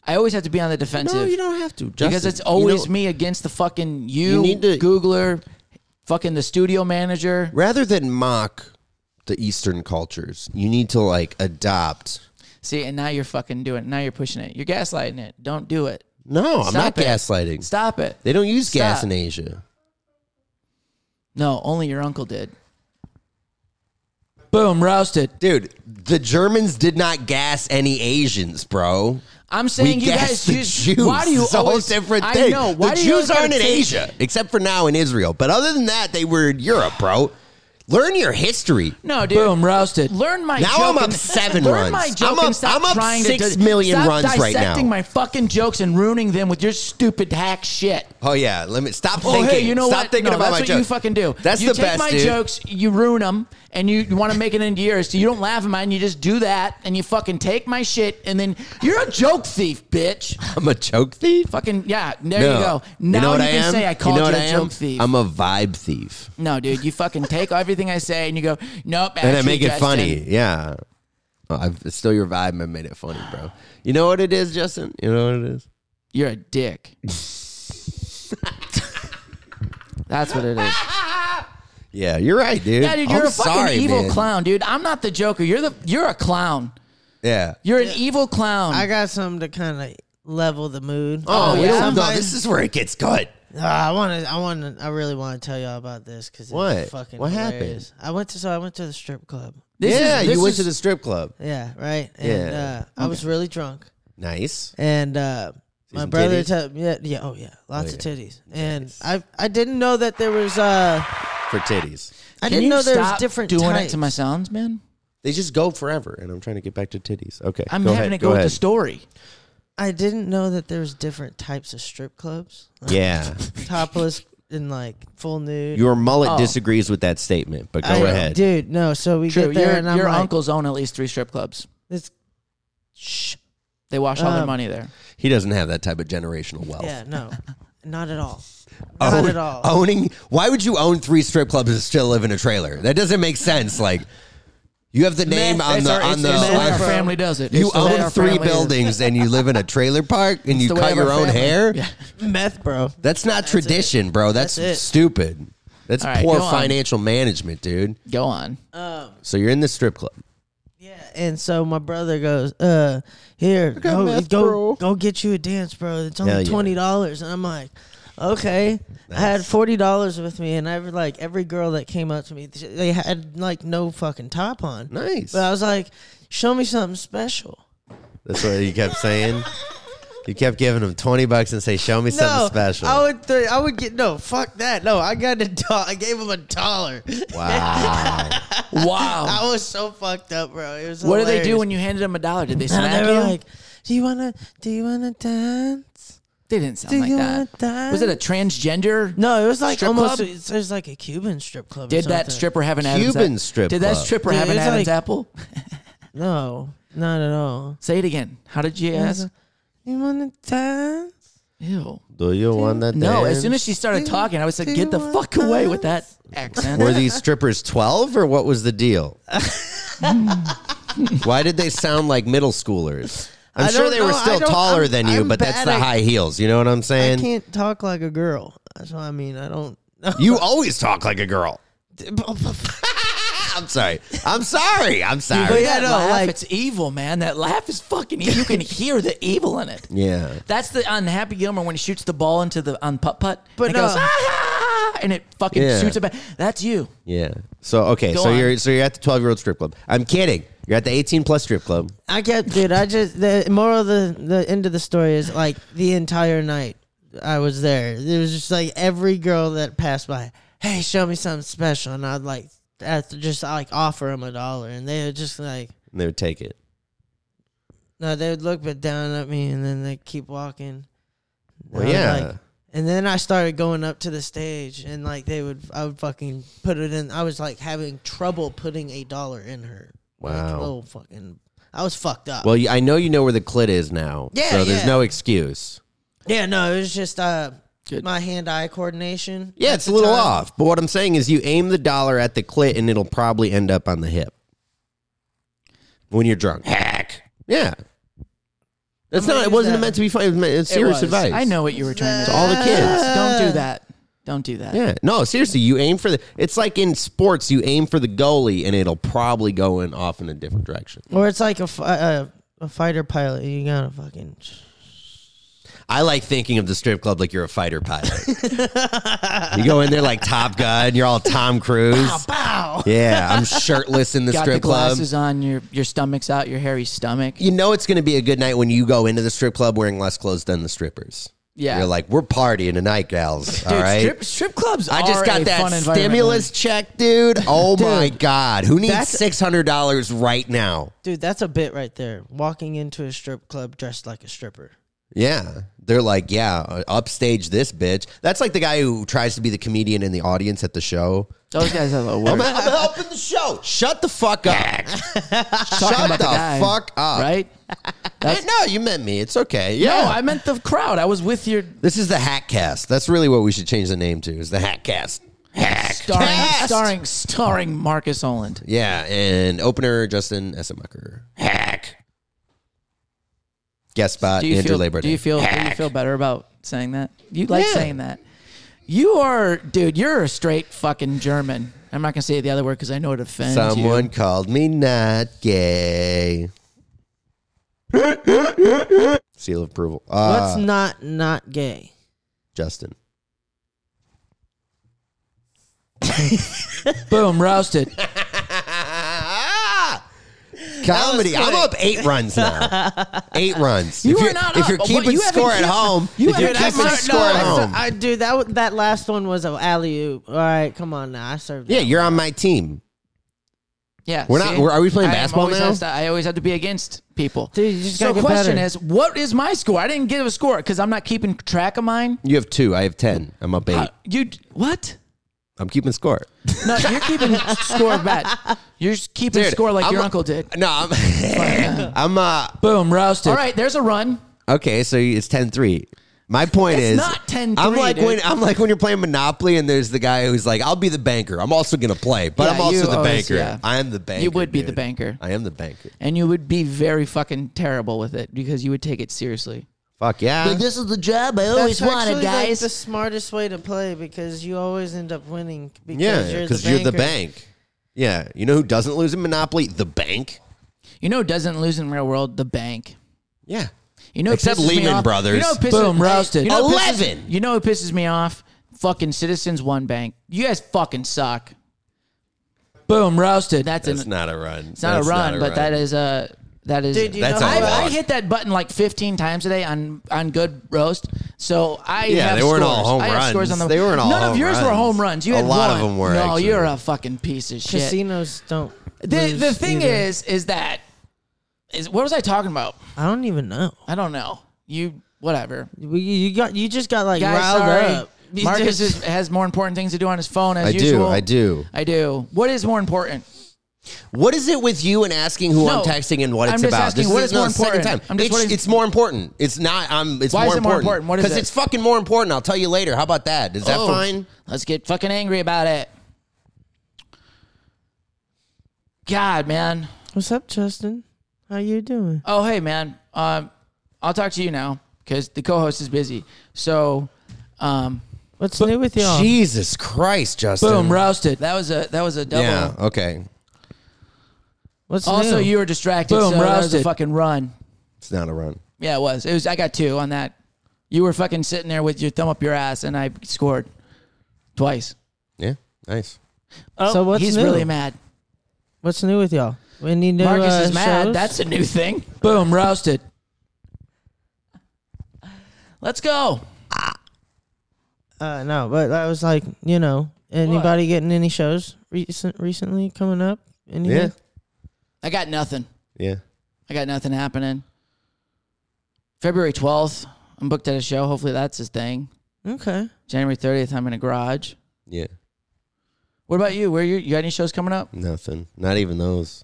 S3: I always have to be on the defensive.
S2: No, you don't have to. Justin,
S3: because it's
S2: You
S3: always
S2: know-
S3: me against the fucking you,
S2: You need to-
S3: Googler, fucking the studio manager.
S2: Rather than mock the Eastern cultures, you need to like adopt.
S3: See, and now you're fucking doing it. Now you're pushing it. You're gaslighting it. Don't do it.
S2: No, I'm
S3: Stop
S2: not
S3: it.
S2: gaslighting.
S3: Stop it.
S2: They don't use gas
S3: Stop.
S2: in Asia.
S3: No, only your uncle did. Boom, roasted.
S2: Dude, the Germans did not gas any Asians, bro.
S3: I'm saying
S2: we
S3: you
S2: gas
S3: guys
S2: the
S3: use.
S2: Jews.
S3: Why do you
S2: it's a
S3: always?
S2: whole different
S3: I
S2: thing.
S3: know. Why
S2: the
S3: do you always
S2: Jews aren't
S3: gotta
S2: in
S3: take-
S2: Asia, except for now in Israel. But other than that, they were in Europe, bro. Learn your history.
S3: No, dude. Boom, roasted. Learn my
S2: Now
S3: joke
S2: I'm up
S3: and-
S2: seven
S3: learn
S2: runs.
S3: my joke
S2: I'm up-
S3: and stop
S2: I'm up
S3: trying
S2: six
S3: to,
S2: million
S3: stop
S2: runs right now.
S3: dissecting my fucking jokes and ruining them with your stupid hack shit.
S2: Oh yeah, let me stop
S3: Oh,
S2: thinking.
S3: hey, you know
S2: stop
S3: what?
S2: thinking
S3: no,
S2: about
S3: that's
S2: my
S3: what
S2: jokes.
S3: you fucking do.
S2: That's
S3: you
S2: the
S3: take
S2: best,
S3: my
S2: dude.
S3: jokes, you ruin them, and you, want to make it into yours. So you don't laugh at mine. You just do that, and you fucking take my shit, and then you're a joke thief, bitch.
S2: I'm a joke thief.
S3: Fucking yeah. There you go.
S2: You
S3: Now
S2: know
S3: you,
S2: what I
S3: can
S2: am?
S3: say I
S2: You
S3: called
S2: know
S3: you,
S2: what
S3: a
S2: I am?
S3: joke thief.
S2: I'm a vibe thief,
S3: no, dude, you fucking take everything I say, and you go, nope.
S2: and I
S3: actually,
S2: make it
S3: Justin,
S2: funny. Yeah, oh, I've, it's still your vibe. and I made it funny, bro. You know what it is, Justin? You know what it is?
S3: You're a dick. That's what it is.
S2: Yeah, you're right, dude.
S3: Yeah, dude, you're
S2: I'm
S3: a fucking
S2: sorry,
S3: evil
S2: man.
S3: clown, dude. I'm not the Joker. You're the you're a clown.
S2: Yeah.
S3: You're an evil clown.
S4: I got something to kind of level the mood.
S2: Oh,
S3: yeah.
S2: we don't know.
S4: Somebody-
S2: This is where it gets good.
S4: Uh, I want to. I want to. I really want to tell y'all about this because
S2: What?
S4: Fucking
S2: What happened?
S4: hilarious. I went to. So I went to the strip club.
S3: This
S2: yeah,
S3: is-
S2: you
S3: this
S2: went
S3: is-
S2: to the strip club.
S4: Yeah. Right. And,
S2: Yeah.
S4: Uh, I was really drunk,
S2: Nice.
S4: and uh, my
S2: some
S4: brother.
S2: titties?
S4: T- yeah. Yeah. Oh yeah. Lots of titties. And I. I didn't know that there was. Uh.
S2: For titties.
S4: I
S3: Can
S4: didn't
S3: you
S4: know there was
S3: stop
S4: different
S3: doing it
S4: types.
S3: to my sounds, man.
S2: They just go forever, and I'm trying to get back to titties. Okay.
S3: I'm
S2: go
S3: having
S2: ahead,
S3: to go, with the
S2: ahead.
S3: story.
S4: I didn't know that there was different types of strip clubs. Like
S2: Yeah.
S4: Topless and like full nude.
S2: Your mullet
S3: Oh.
S2: disagrees with that statement, but go
S4: I-
S2: ahead.
S4: dude. No. So we
S3: True,
S4: get there,
S3: your,
S4: and I'm
S3: your
S4: like,
S3: uncles own at least three strip clubs.
S4: This,
S3: They wash all their
S4: Um,
S3: money there.
S2: He doesn't have that type of generational wealth.
S4: yeah. No. Not at all.
S2: Own-
S4: Not at all.
S2: oh. Owning why would you own three strip clubs and still live in a trailer? That doesn't make sense. Like You have the name on
S3: It's
S2: the
S3: our-
S2: on
S3: it's-
S2: the
S3: it's the way our
S2: license.
S3: family does it.
S2: Oh, You
S3: It's the way
S2: own
S3: our
S2: three
S3: family is.
S2: buildings and you live in a trailer park and you
S3: the way
S2: cut
S3: of
S2: your
S3: our
S2: own
S3: family.
S2: hair.
S4: Meth, bro.
S2: That's not tradition, bro. That's,
S4: That's it.
S2: stupid. That's
S3: All right,
S2: poor
S3: go on.
S2: financial management, dude.
S3: Go on.
S2: So you're in the strip club.
S4: Yeah, and so my brother goes, uh, here, go
S2: meth,
S4: go
S2: bro.
S4: go get you a dance, bro. It's
S2: Hell
S4: only
S2: yeah.
S4: twenty dollars. And I'm like, okay. I had forty dollars with me, and I was like every girl that came up to me, they had like no fucking top on.
S2: Nice.
S4: But I was like, show me something special.
S2: That's what you kept saying. You kept giving him twenty bucks and say, "Show me something special."
S4: I would, th- I would get no. Fuck that. No, I got a dollar. I gave him a dollar.
S2: wow.
S3: Wow.
S4: I was so fucked up, bro. It was.
S3: What did they do
S4: hilarious.
S3: when you handed them a dollar? Did they
S4: And
S3: smack
S4: they
S3: you?
S4: were like, do you wanna, do you wanna dance?
S3: they didn't sound
S4: do
S3: like
S4: you
S3: that.
S4: wanna
S3: Was it a
S4: dance?
S3: transgender?
S4: No, it was like
S3: Strip
S4: almost.
S3: club?
S4: It's, there's like a Cuban strip club. or
S3: Did that
S4: something.
S3: stripper have an Adam's
S2: Cuban
S3: apple?
S2: strip
S3: Did that
S2: club.
S3: stripper
S4: Dude,
S3: have an
S4: it's
S3: Adam's
S4: like-
S3: apple?
S4: No, not at all.
S3: Say it again. How did you ask?
S4: You wanna dance?
S3: Ew.
S2: Do you want that?
S3: No, as soon as she started
S4: Do-
S3: talking, I was like,
S4: do
S3: get
S4: you
S3: the
S4: want
S3: fuck away with that accent.
S2: were these strippers twelve or what was the deal? Why did they sound like middle schoolers? I'm
S4: I
S2: sure
S4: don't
S2: they were
S4: know. I
S2: still
S4: don't-
S2: taller
S4: I'm-
S2: than you,
S4: I'm
S2: but that's
S4: bad
S2: the
S4: at-
S2: high heels. You know what I'm
S4: I
S2: saying?
S4: can't talk like a girl. That's what I mean. I don't.
S2: You always talk like a girl. I'm sorry. I'm sorry. I'm
S3: But
S2: sorry.
S4: yeah,
S3: that
S4: no,
S3: laugh,
S4: like-
S3: it's evil, man. That laugh is fucking evil. You can hear the evil in it.
S2: Yeah.
S3: That's the unhappy Gilmore when he shoots the ball into the on putt putt.
S4: But
S3: But it
S4: no.
S3: goes ah, and it fucking
S2: Yeah.
S3: shoots it back. That's you.
S2: Yeah. So okay.
S3: Go
S2: so
S3: on.
S2: you're so you're at the 12 year old strip club. I'm kidding. You're at the 18 plus strip club.
S4: I kept, dude. I just the moral of the the end of the story is like the entire night I was there. It was just like every girl that passed by, hey, show me something special, and I'd like have to just like offer them a dollar, and they would just like
S2: And they would take it.
S4: no, they would look but down at me, and then they keep walking.
S2: Well,
S4: And I was
S2: yeah.
S4: like- and then I started going up to the stage, and like they would, I would fucking put it in. I was like having trouble putting a dollar in her. Like,
S2: Wow.
S4: little fucking, I was fucked up.
S2: Well, you- I know you know where the clit is now.
S4: Yeah,
S2: So there's
S4: yeah.
S2: no excuse.
S4: Yeah, no, it was just uh,
S3: Good.
S4: my hand-eye coordination.
S2: Yeah,
S4: at
S2: it's a
S4: the
S2: little
S4: time.
S2: off. But what I'm saying is, you aim the dollar at the clit, and it'll probably end up on the hip when you're drunk. Heck. Yeah. That's
S4: gonna
S2: not. It
S4: use
S2: wasn't
S4: that.
S2: meant to be funny. It was meant- It's
S3: It
S2: serious
S3: was.
S2: advice.
S3: I know what you were trying to
S2: To
S3: do.
S2: all the kids.
S3: Don't do that. Don't do that.
S2: Yeah. No, seriously, you aim for the. It's like in sports, you aim for the goalie, and it'll probably go in off in a different direction.
S4: Or it's like a fi- uh, a fighter pilot. You gotta fucking.
S2: I like thinking of the strip club like you're a fighter pilot. you go in there like Top Gun, you're all Tom Cruise. Yeah, I'm shirtless in the
S3: Got the
S2: strip club.
S3: glasses on. Your your stomach's out. Your hairy stomach.
S2: You know it's going to be a good night when you go into the strip club wearing less clothes than the strippers.
S3: Yeah.
S2: You're like, we're partying tonight, gals. all
S3: Dude,
S2: right.
S3: strip, strip clubs.
S2: I just
S3: are
S2: got
S3: a
S2: that
S3: fun environment,
S2: stimulus check, dude. Oh my God. Who needs
S4: that's-
S2: $600 right now?
S4: Dude, that's a bit right there. Walking into a strip club dressed like a stripper.
S2: Yeah. They're like, yeah, uh, upstage this bitch. That's like the guy who tries to be the comedian in the audience at the show.
S3: man. Those guys have a word.
S2: I'm helping the show. Shut the fuck up. Shut the,
S3: about the guy,
S2: fuck up.
S3: right?
S2: Hey, no, you meant me. It's okay. Yeah.
S3: No, I meant the crowd. I was with your
S2: this is the Hack Cast. That's really what we should change the name to. Is the Hack Cast. Hack
S3: starring
S2: Cast.
S3: starring starring Marcus Oland.
S2: Yeah, and opener Justin Essemucker. Hack. Guest spot
S3: do you
S2: Andrew
S3: feel,
S2: Uh, Labor
S3: Do you feel do you feel better about saying that? You like saying that. You are dude, you're a straight fucking German. I'm not gonna say the other word because I know it offends
S2: Someone
S3: you.
S2: called me not gay. Seal of approval. Uh,
S4: What's not not gay?
S2: Justin.
S3: Boom, roasted.
S2: Comedy. I'm up eight runs now. Eight runs.
S3: You
S2: if
S3: are
S2: you're,
S3: not
S2: if
S3: up.
S2: you're
S3: But
S2: keeping
S3: you haven't
S2: score at
S3: kept-
S2: home,
S3: you
S2: if you're
S3: haven't- I'm
S2: keeping
S3: sorry,
S2: score
S3: no,
S2: at
S4: I,
S2: home,
S4: I dude that w- that last one was an alley oop. All right, come on now. I served.
S2: yeah,
S4: that.
S2: you're on my team.
S3: Yeah.
S2: We're not-
S3: see?
S2: we're- are we playing
S3: I am
S2: basketball
S3: always
S2: now?
S3: has to- I always have to be against people.
S4: Dude, you just
S3: so
S4: gotta get
S3: question
S4: better.
S3: is, what is my score? I didn't give a score because I'm not keeping track of mine.
S2: You have two. I have ten. I'm up eight.
S3: Uh, you what?
S2: I'm keeping score.
S3: No, you're keeping score of bad. You're just keeping score like
S2: I'm
S3: your
S2: a-
S3: uncle did.
S2: No, I'm. I'm uh.
S3: Boom, roasted.
S2: All
S3: All right, there's a run.
S2: Okay, so it's 10-3. My point
S3: It's
S2: is,
S3: not 10-3,
S2: I'm like
S3: dude.
S2: when I'm like when you're playing Monopoly, and there's the guy who's like, "I'll be the banker. I'm also gonna play, but
S3: Yeah,
S2: I'm also
S3: you
S2: the
S3: always-
S2: banker.
S3: yeah.
S2: I am the banker.
S3: You would be the
S2: dude.
S3: banker.
S2: I am the banker.
S3: and you would be very fucking terrible with it because you would take it seriously.
S2: Fuck yeah.
S6: Like, this is the job I always
S4: That's
S6: wanted,
S4: actually, like,
S6: guys.
S4: the smartest way to play because you always end up winning. Because
S2: yeah,
S4: because
S2: because you're, the bank. Yeah, you know who doesn't lose in Monopoly? The bank.
S3: You know, who doesn't lose in real world the bank.
S2: Yeah.
S3: You know,
S2: Except
S3: pisses me
S2: Lehman
S3: off-
S2: Brothers.
S3: You know, pisses,
S2: Boom, roasted.
S3: You know, pisses-
S2: 11.
S3: you know, it pisses me off. Fucking Citizens One Bank. You guys fucking suck. Boom, roasted. That's,
S2: That's
S3: an,
S2: not a run.
S3: it's not a run, but that is a that is.
S4: Dude, you
S2: That's
S4: know
S2: a
S4: how
S2: lot.
S4: I-
S3: I hit that button like 15 times today on on good roast. So I
S2: Yeah,
S3: have
S2: they weren't
S3: scores.
S2: all home
S3: I have
S2: runs.
S3: scores on the,
S2: They weren't all
S3: none of
S2: home
S3: yours were
S2: runs.
S3: home runs. You
S2: A
S3: had
S2: lot of
S3: one.
S2: them were,
S3: No,
S2: actually.
S3: you're a fucking piece of shit.
S4: Casinos don't.
S3: The the
S4: lose
S3: thing
S4: either.
S3: is, is that is what was I talking about?
S4: I don't even know.
S3: I don't know. You whatever.
S4: We- You got you just got like
S3: Guys,
S4: riled
S3: sorry.
S4: up. You
S3: Marcus
S4: just-
S3: is, has more important things to do on his phone as
S2: I do,
S3: usual.
S2: I do.
S3: I do. What is more important?
S2: What is it with you and asking who I'm
S3: No,
S2: texting and what
S3: I'm
S2: it's
S3: just
S2: about?
S3: asking what is
S2: no,
S3: more
S2: the second
S3: important.
S2: Time.
S3: I'm just-
S2: it's,
S3: what is-
S2: it's more important. It's not. I'm. It's
S3: Why
S2: more
S3: is it more
S2: important.
S3: important? What is
S2: Because
S3: it?
S2: it's fucking more important. I'll tell you later. How about that? Is that
S3: Oh,
S2: fine?
S3: Let's get fucking angry about it. God, man.
S4: What's up, Justin? How you doing?
S3: Oh, hey, man. Um, I'll talk to you now because the co-host is busy. So, um,
S4: What's new with y'all?
S2: Jesus Christ, Justin.
S3: boom, roasted. That was a that was a double.
S2: Yeah. Okay.
S4: What's
S3: Also,
S4: new?
S3: you were distracted.
S6: Boom,
S3: so that was a
S6: roasted.
S3: fucking run.
S2: It's not a run.
S3: Yeah, it was. It was. I got two on that. You were fucking sitting there with your thumb up your ass, and I scored twice.
S2: Yeah. Nice.
S3: Oh,
S4: So what's
S3: he's
S4: new?
S3: really mad.
S4: What's new with y'all? Any new
S3: Marcus
S4: uh,
S3: is mad.
S4: shows?
S3: That's a new thing. Boom, roasted. Let's go.
S4: uh, no, but I was like, you know, anybody getting any shows recent recently coming up? Anything?
S2: Yeah.
S3: I got nothing.
S2: Yeah.
S3: I got nothing happening. February 12th, I'm booked at a show. Hopefully that's his thing.
S4: Okay.
S3: January 30th, I'm in a garage.
S2: Yeah.
S3: What about you? Where you you got any shows coming up?
S2: Nothing. Not even those.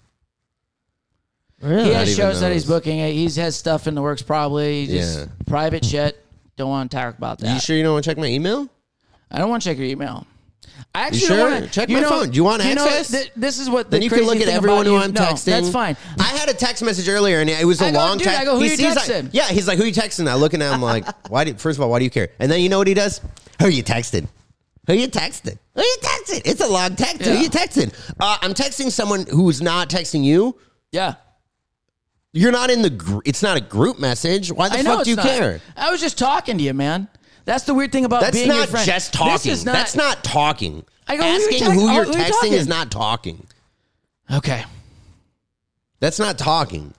S4: Really?
S3: He
S2: Not
S3: has
S2: even
S3: shows that he's
S2: those.
S3: booking. He has stuff in the works probably. Just
S2: Yeah.
S3: private shit. Don't want to talk about that.
S2: You sure you don't want to check my email?
S3: I don't want to check your email. I actually
S2: sure?
S3: don't want to
S2: Check my phone. Do you want access?
S3: Know, th- this is what the
S2: Then you can
S3: crazy
S2: look at
S3: thing
S2: everyone
S3: about
S2: who
S3: you-
S2: I'm
S3: no,
S2: texting.
S3: That's fine.
S2: I had a text message earlier, and it was a
S3: I go,
S2: long
S3: "Dude,"
S2: text.
S3: I go, "Who
S2: he
S3: you
S2: sees
S3: texting?
S2: I, yeah, he's like, "Who you texting?" I look at him, I'm like, "Why? Do, first of all, why do you care?" And then you know what he does? Who you texting? Who you texting? Who you texting? It's a long text.
S3: Yeah.
S2: Who you texting? Uh, I'm texting someone who's not texting you.
S3: Yeah.
S2: You're not in the. Gr- it's not a group message. Why the
S3: I know
S2: fuck
S3: it's
S2: do you
S3: not.
S2: care?
S3: I was just talking to you, man. That's the weird thing about
S2: That's
S3: being your
S2: not
S3: friend.
S2: just talking.
S3: This is not,
S2: That's not talking.
S3: I go, "Who you
S2: Asking
S3: text-
S2: who
S3: oh,
S2: you're
S3: who you
S2: texting
S3: talking?"
S2: is not talking.
S3: Okay.
S2: That's not talking.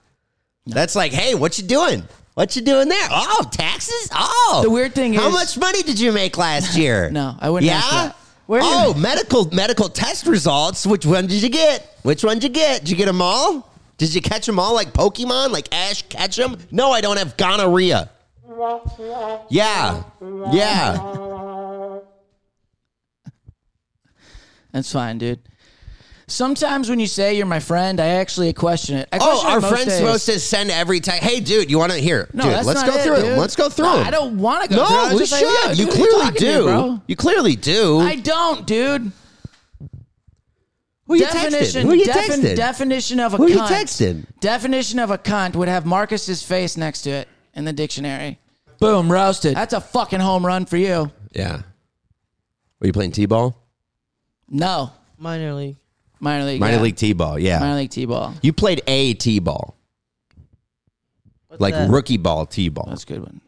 S2: That's like, hey, what you doing? What you doing there? Oh, taxes. Oh,
S3: The weird thing
S2: how
S3: is-
S2: much money did you make last year?
S3: No, I wouldn't
S2: Yeah.
S3: ask that.
S2: oh, medical medical test results. Which one did you get? Which one did you get? Did you get them all? Did you catch them all like Pokemon, like Ash catch them? No, I don't have gonorrhea. Yeah, yeah.
S3: That's fine, dude. Sometimes when you say you're my friend, I actually question it. I
S2: Oh,
S3: question it
S2: our
S3: most
S2: friend's
S3: days.
S2: supposed to send every time. Hey, dude, you want to hear?
S3: No,
S2: dude,
S3: that's
S2: let's
S3: not
S2: go
S3: it,
S2: through
S3: dude.
S2: it. Let's go through
S3: No,
S2: it.
S3: I don't want to go. through. it. I was
S2: No, we
S3: just like, yeah,
S2: should. You
S3: dude, what are
S2: clearly
S3: talking to,
S2: do.
S3: bro.
S2: You clearly do.
S3: I don't, dude.
S2: Who you
S3: definition,
S2: texted? Who you
S3: defin-
S2: texted?
S3: definition of a
S2: Who
S3: cunt.
S2: you texted?
S3: Definition of a cunt would have Marcus's face next to it in the dictionary. Boom, roasted. That's a fucking home run for you.
S2: yeah. Were you playing t-ball?
S3: No,
S4: Minor league.
S3: minor league.
S2: Minor
S3: yeah.
S2: league t-ball. Yeah.
S3: Minor league t-ball.
S2: You played a t-ball,
S4: What's
S2: like
S4: that?
S2: rookie ball t-ball.
S3: That's a good one.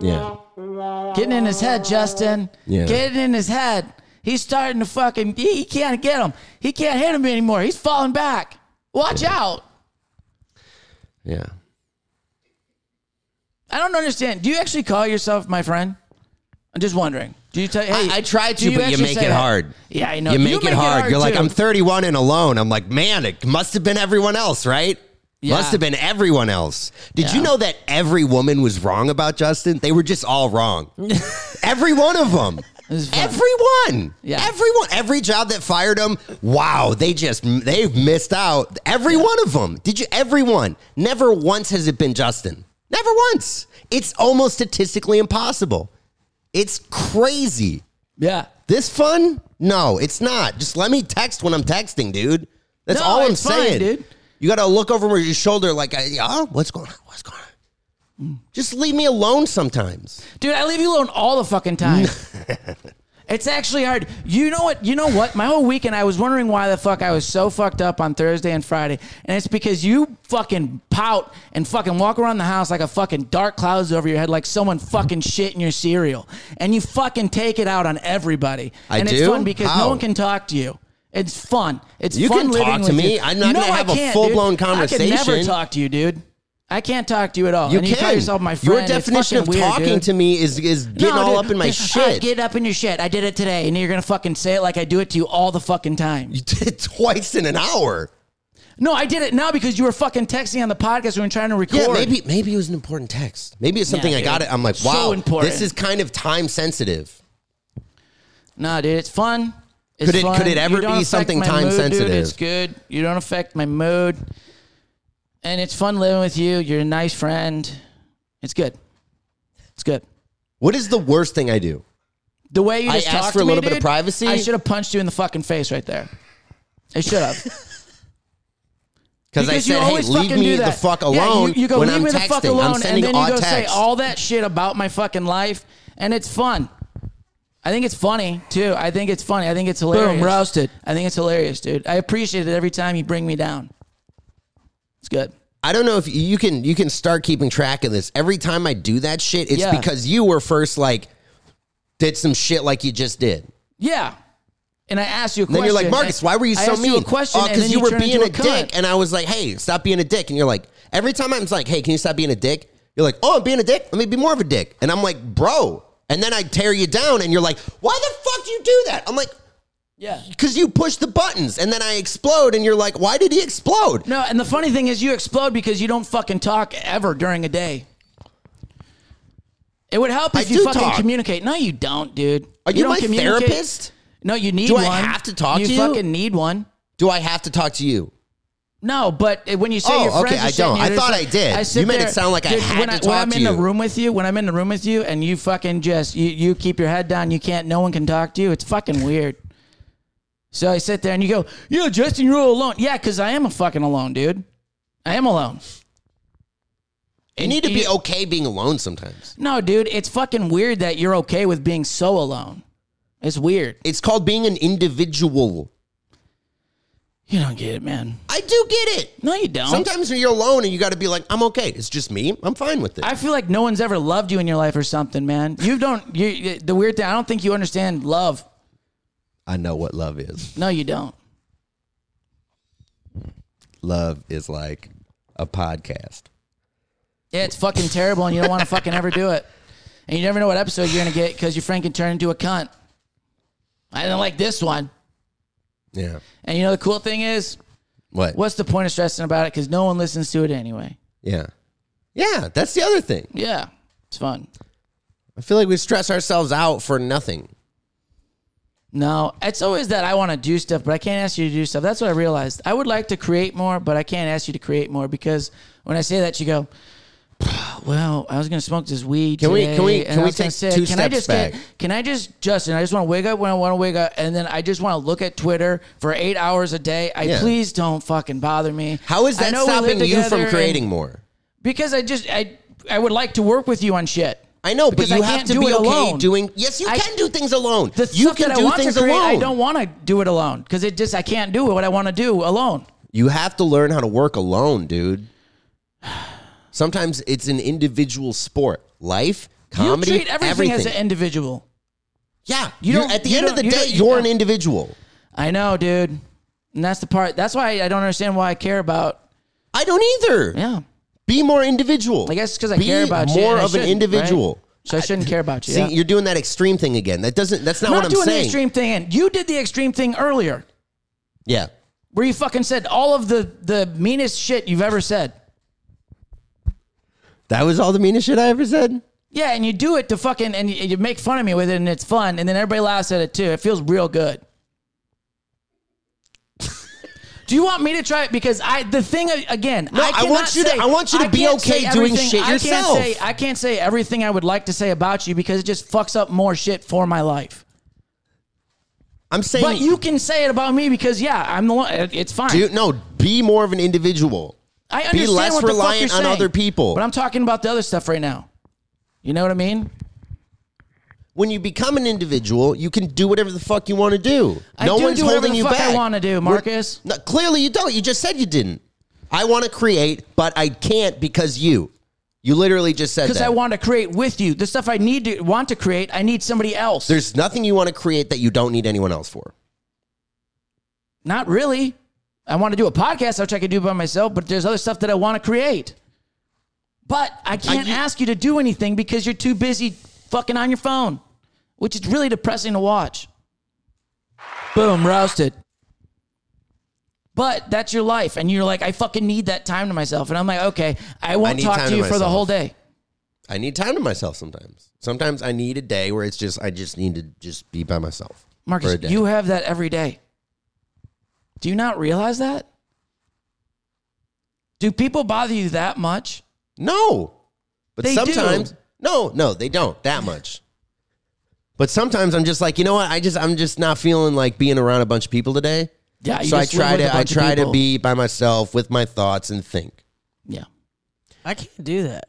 S2: Yeah.
S3: Getting in his head, Justin.
S2: Yeah.
S3: Getting in his head. He's starting to fucking. He, he can't get him. He can't hit him anymore. He's falling back. Watch out.
S2: Yeah.
S3: I don't understand. Do you actually call yourself my friend? I'm just wondering. Do you tell? Hey,
S2: I, I tried
S3: do
S2: to, but you
S3: actually
S2: make
S3: say
S2: it
S3: that?
S2: hard.
S3: Yeah, I know.
S2: You make, it, hard. You're like,
S3: too.
S2: I'm 31 and alone. I'm like, man, it must have been everyone else, right?
S3: Yeah.
S2: Must have been everyone else. Did you
S3: Yeah.
S2: know that every woman was wrong about Justin? They were just all wrong. every one of them.
S3: This is fun.
S2: Everyone.
S3: Yeah.
S2: Everyone. Every job that fired them. Wow, they just they've missed out. Every one of them. Did you? Everyone. Never once has it been Justin. Never once. It's almost statistically impossible. It's crazy.
S3: Yeah.
S2: This fun? No, it's not. Just let me text when I'm texting, dude. That's
S3: No,
S2: all I'm
S3: it's fine,
S2: saying,
S3: dude.
S2: You got to look over your shoulder, like, I- oh, what's going on? What's going on? Just leave me alone sometimes.
S3: Dude, I leave you alone all the fucking time. it's actually hard. You know what? You know what? My whole weekend, I was wondering why the fuck I was so fucked up on Thursday and Friday, and it's because you fucking pout and fucking walk around the house like a fucking dark clouds over your head, like someone fucking shit in your cereal, and you fucking take it out on everybody.
S2: I
S3: and it's
S2: do?
S3: fun because
S2: How?
S3: no one can talk to you. It's fun. It's
S2: You
S3: fun
S2: can
S3: living
S2: talk to
S3: with
S2: me.
S3: you.
S2: I'm not
S3: No,
S2: gonna
S3: I
S2: have a
S3: can't,
S2: full-blown
S3: dude. I could never
S2: conversation.
S3: talk to you, dude. I can't talk to you at all.
S2: You
S3: and
S2: can.
S3: You call yourself my friend.
S2: Your
S3: It's
S2: definition of
S3: fucking weird,
S2: talking
S3: dude.
S2: to me is is getting
S3: No,
S2: all
S3: dude.
S2: up in my
S3: Just,
S2: shit.
S3: I get up in your shit. I did it today, and you're gonna fucking say it like I do it to you all the fucking time.
S2: you did it twice in an hour.
S3: No, I did it now because you were fucking texting on the podcast when we were trying to record.
S2: Yeah, maybe maybe it was an important text. Maybe it's something
S3: Yeah,
S2: I got
S3: dude.
S2: it. I'm like,
S3: So
S2: wow,
S3: important.
S2: this is kind of time sensitive.
S3: Nah, dude, it's fun. It's
S2: Could it-
S3: fun.
S2: could it ever
S3: You don't
S2: be
S3: affect
S2: something
S3: my
S2: time
S3: mood,
S2: sensitive?
S3: Dude. It's good. You don't affect my mood, and it's fun living with you. You're a nice friend. It's good. It's good.
S2: What is the worst thing I do?
S3: The way you
S2: I
S3: just
S2: asked
S3: talked
S2: for a
S3: to me,
S2: little bit of
S3: dude,
S2: privacy.
S3: I should have punched you in the fucking face right there. I should have.
S2: Because I
S3: Because you
S2: said, hey,
S3: always
S2: leave
S3: fucking do
S2: me the
S3: that.
S2: fuck
S3: Yeah,
S2: alone
S3: you, you go
S2: when
S3: leave
S2: I'm
S3: me
S2: texting.
S3: the fuck
S2: I'm
S3: alone, and
S2: sending
S3: then you
S2: all
S3: go say "Oh,
S2: texts.
S3: all that shit about my fucking life, and it's fun. I think it's funny too. I think it's funny. I think it's hilarious.
S6: roasted.
S3: I think it's hilarious, dude. I appreciate it every time you bring me down. It's good.
S2: I don't know if you can you can start keeping track of this. Every time I do that shit, it's
S3: Yeah.
S2: because you were first like did some shit like you just did.
S3: Yeah. And I asked you a
S2: And then
S3: question.
S2: you're like, Marcus, why were you
S3: I
S2: so
S3: asked
S2: mean?
S3: You a question
S2: "Oh,
S3: and then
S2: you, were
S3: turned
S2: being
S3: into
S2: a,
S3: a cunt.
S2: dick. And I was like, hey, stop being a dick. And you're like, every time I'm like, hey, can you stop being a dick? You're like, oh, I'm being a dick. Let me be more of a dick. And I'm like, bro. And then I tear you down, and you're like, why the fuck do you do that? I'm like,
S3: yeah.
S2: because you push the buttons, and then I explode, and you're like, why did he explode?
S3: No, and the funny thing is, you explode because you don't fucking talk ever during a day. It would help
S2: I
S3: if you
S2: do
S3: fucking
S2: talk.
S3: communicate. No, you don't, dude.
S2: Are you
S3: don't
S2: my
S3: communicate.
S2: therapist?
S3: No, you need
S2: Do I
S3: one.
S2: have to talk
S3: you
S2: to you?
S3: fucking need one.
S2: Do I have to talk to you?
S3: No, but it- when you say
S2: Oh,
S3: your friends,
S2: okay,
S3: are
S2: I
S3: sitting
S2: don't.
S3: here,
S2: I
S3: they're just
S2: thought
S3: like-
S2: I did.
S3: sit
S2: You made it
S3: there-
S2: sound like I
S3: Dude,
S2: had
S3: when
S2: to
S3: I,
S2: talk
S3: when I'm
S2: to
S3: in
S2: you.
S3: the room with you, when I'm in the room with you, and you fucking just you, you keep your head down, you can't. No one can talk to you. It's fucking weird. So I sit there and you go, "Yeah, Justin, you're all alone." Yeah, because I am a fucking alone, dude. I am alone.
S2: You need to be okay being alone sometimes.
S3: No, dude, it's fucking weird that you're okay with being so alone. It's weird.
S2: It's called being an individual.
S3: You don't get it, man.
S2: I do get it.
S3: No, you don't.
S2: Sometimes when you're alone and you got to be like, I'm okay. It's just me. I'm fine with it.
S3: I feel like no one's ever loved you in your life or something, man. You don't. You the weird thing. I don't think you understand love.
S2: I know what love is.
S3: No, you don't.
S2: Love is like a podcast.
S3: Yeah, it's fucking terrible, and you don't want to fucking ever do it. And you never know what episode you're gonna get because your friend can turn into a cunt. I didn't like this one.
S2: Yeah.
S3: And you know the cool thing is,
S2: What?
S3: what's the point of stressing about it? Because no one listens to it anyway.
S2: Yeah. Yeah. That's the other thing.
S3: Yeah, it's fun.
S2: I feel like we stress ourselves out for nothing.
S3: No, it's always that I want to do stuff, but I can't ask you to do stuff. That's what I realized. I would like to create more, but I can't ask you to create more because when I say that, you go, "Well, I was going to smoke this weed."
S2: Can we-
S3: today,
S2: can we-
S3: and
S2: can
S3: I
S2: we
S3: was gonna
S2: take two
S3: can I
S2: steps
S3: just get-
S2: back?
S3: can I just Justin? I just want to wake up when I want to wake up, and then I just want to look at Twitter for eight hours a day. I
S2: Yeah.
S3: please don't fucking bother me.
S2: How is
S3: I
S2: that
S3: know we live
S2: stopping you
S3: together
S2: from
S3: and-
S2: creating more?
S3: Because I just I I would like to work with you on shit.
S2: I know, but
S3: Because
S2: you
S3: I
S2: have
S3: can't
S2: to
S3: do
S2: be
S3: it
S2: okay
S3: alone.
S2: doing. Yes, you
S3: I-
S2: can do things alone.
S3: The
S2: you
S3: stuff
S2: can
S3: that
S2: do
S3: I want
S2: things
S3: to create,
S2: alone.
S3: I don't want to do it alone because it just I can't do what I want to do alone.
S2: You have to learn how to work alone, dude. Sometimes it's an individual sport. Life, comedy,
S3: you treat everything,
S2: everything.
S3: as an individual.
S2: yeah,
S3: you
S2: you
S3: don't-
S2: At the
S3: you
S2: end of
S3: don't-
S2: the
S3: you
S2: day,
S3: don't-
S2: you're an individual.
S3: I know, dude, and that's the part. That's why I don't understand why I care about.
S2: I don't either.
S3: Yeah,
S2: Be more individual.
S3: I guess because I
S2: Be
S3: care about you.
S2: more
S3: and I
S2: of an
S3: shouldn't,
S2: individual.
S3: right? so I shouldn't care about you.
S2: See,
S3: yeah.
S2: you're doing that extreme thing again. That doesn't. That's not,
S3: I'm not
S2: what I'm
S3: doing
S2: saying.
S3: the extreme thing. And you did the extreme thing earlier,
S2: Yeah,
S3: where you fucking said all of the the meanest shit you've ever said.
S2: that was all the meanest shit I ever said.
S3: Yeah, and you do it to fucking and you, you make fun of me with it, and it's fun, and then everybody laughs at it too. It feels real good. Do you want me to try it? Because I the thing again.
S2: No, I
S3: cannot
S2: want you to-
S3: say-
S2: I want you to
S3: I
S2: be
S3: can't
S2: okay
S3: say
S2: doing
S3: everything-
S2: shit
S3: I can't
S2: yourself.
S3: say- I can't say everything I would like to say about you because it just fucks up more shit for my life.
S2: I'm saying,
S3: But you can say it about me because yeah, I'm the one. it- It's fine.
S2: dude, no, be more of an individual.
S3: I understand
S2: less
S3: what the fuck you're
S2: reliant on
S3: saying,
S2: other people.
S3: But I'm talking about the other stuff right now. You know what I mean?
S2: When you become an individual, you can do whatever the fuck you want to do.
S3: I
S2: no
S3: do
S2: one's
S3: do whatever
S2: holding
S3: the
S2: you
S3: fuck I
S2: back.
S3: wanna do,
S2: We're-
S3: Marcus.
S2: No, clearly, you don't. You just said you didn't. I want to create, but I can't because you. You literally just said
S3: Because
S2: that.
S3: I want to create with you the stuff I need to want to create. I need somebody else.
S2: There's nothing you want to create that you don't need anyone else for.
S3: Not really. I want to do a podcast, which I could do by myself, but there's other stuff that I want to create. But I can't
S2: you-
S3: ask you to do anything because you're too busy fucking on your phone, which is really depressing to watch. Boom, roasted. But that's your life. And you're like, I fucking need that time to myself. And I'm like, okay, I won't
S2: need
S3: talk
S2: time
S3: to
S2: to
S3: you for the
S2: myself.
S3: whole day.
S2: I need time to myself sometimes. Sometimes I need a day where it's just I just need to just be by myself. for
S3: Marcus,
S2: a day.
S3: you have that every day. Do you not realize that? Do people bother you that much?
S2: no, but
S3: They
S2: sometimes
S3: do.
S2: no, no, they don't that much. But sometimes I'm just like, you know what? I just I'm just not feeling like being around a bunch of people today.
S3: Yeah, you
S2: so I
S3: just live
S2: try
S3: with a
S2: to I
S3: bunch of
S2: try to
S3: people.
S2: be by myself with my thoughts and think.
S3: Yeah.
S4: I can't do that.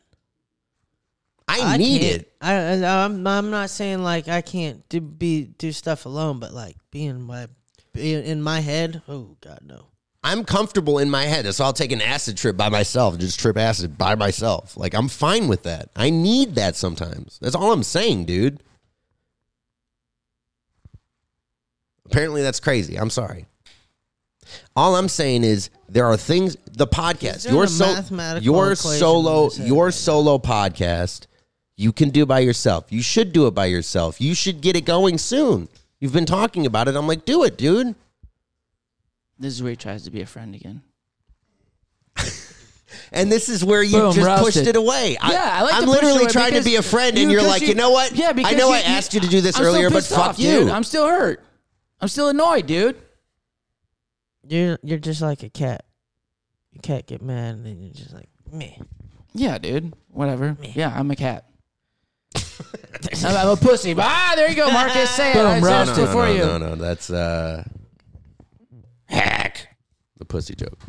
S2: I, need
S4: can't.
S2: it.
S4: I, I- I'm, I'm not saying like I can't do be do stuff alone, but like being my being in my head. Oh God, no.
S2: I'm comfortable in my head, so I'll take an acid trip by myself, just trip acid by myself. Like I'm fine with that. I need that sometimes. That's all I'm saying, dude. Apparently that's crazy. I'm sorry. All I'm saying is there are things the podcast,
S4: doing
S2: your
S4: a
S2: so,
S4: mathematical
S2: your
S4: equation
S2: solo
S4: with it.
S2: your solo podcast, you can do by yourself. You should do it by yourself. You should get it going soon. You've been talking about it. I'm like, do it, dude.
S3: This is where he tries to be a friend again.
S2: And this is where you
S3: Boom,
S2: just
S3: roasted.
S2: pushed it away. I,
S3: Yeah, I like
S2: I'm
S3: to push
S2: literally
S3: away
S2: trying to
S3: because
S2: be a friend, and you're
S3: because
S2: like, you know what?
S3: Yeah, because
S2: I know
S3: you-
S2: I
S3: you-
S2: asked you to do this
S3: I'm so
S2: earlier, but
S3: pissed
S2: fuck
S3: off,
S2: you.
S3: dude. I'm still hurt. I'm still annoyed, dude.
S4: You're you're just like a cat. You can't get mad, and then you're just like meh.
S3: Yeah, dude. Whatever. Yeah, I'm a cat. I'm, I'm a pussy. But, ah, there you go, Marcus. Say it. Boom, I
S2: no,
S3: roasted
S2: no, no,
S3: for
S2: no,
S3: you.
S2: no, no, that's uh, hack the pussy joke.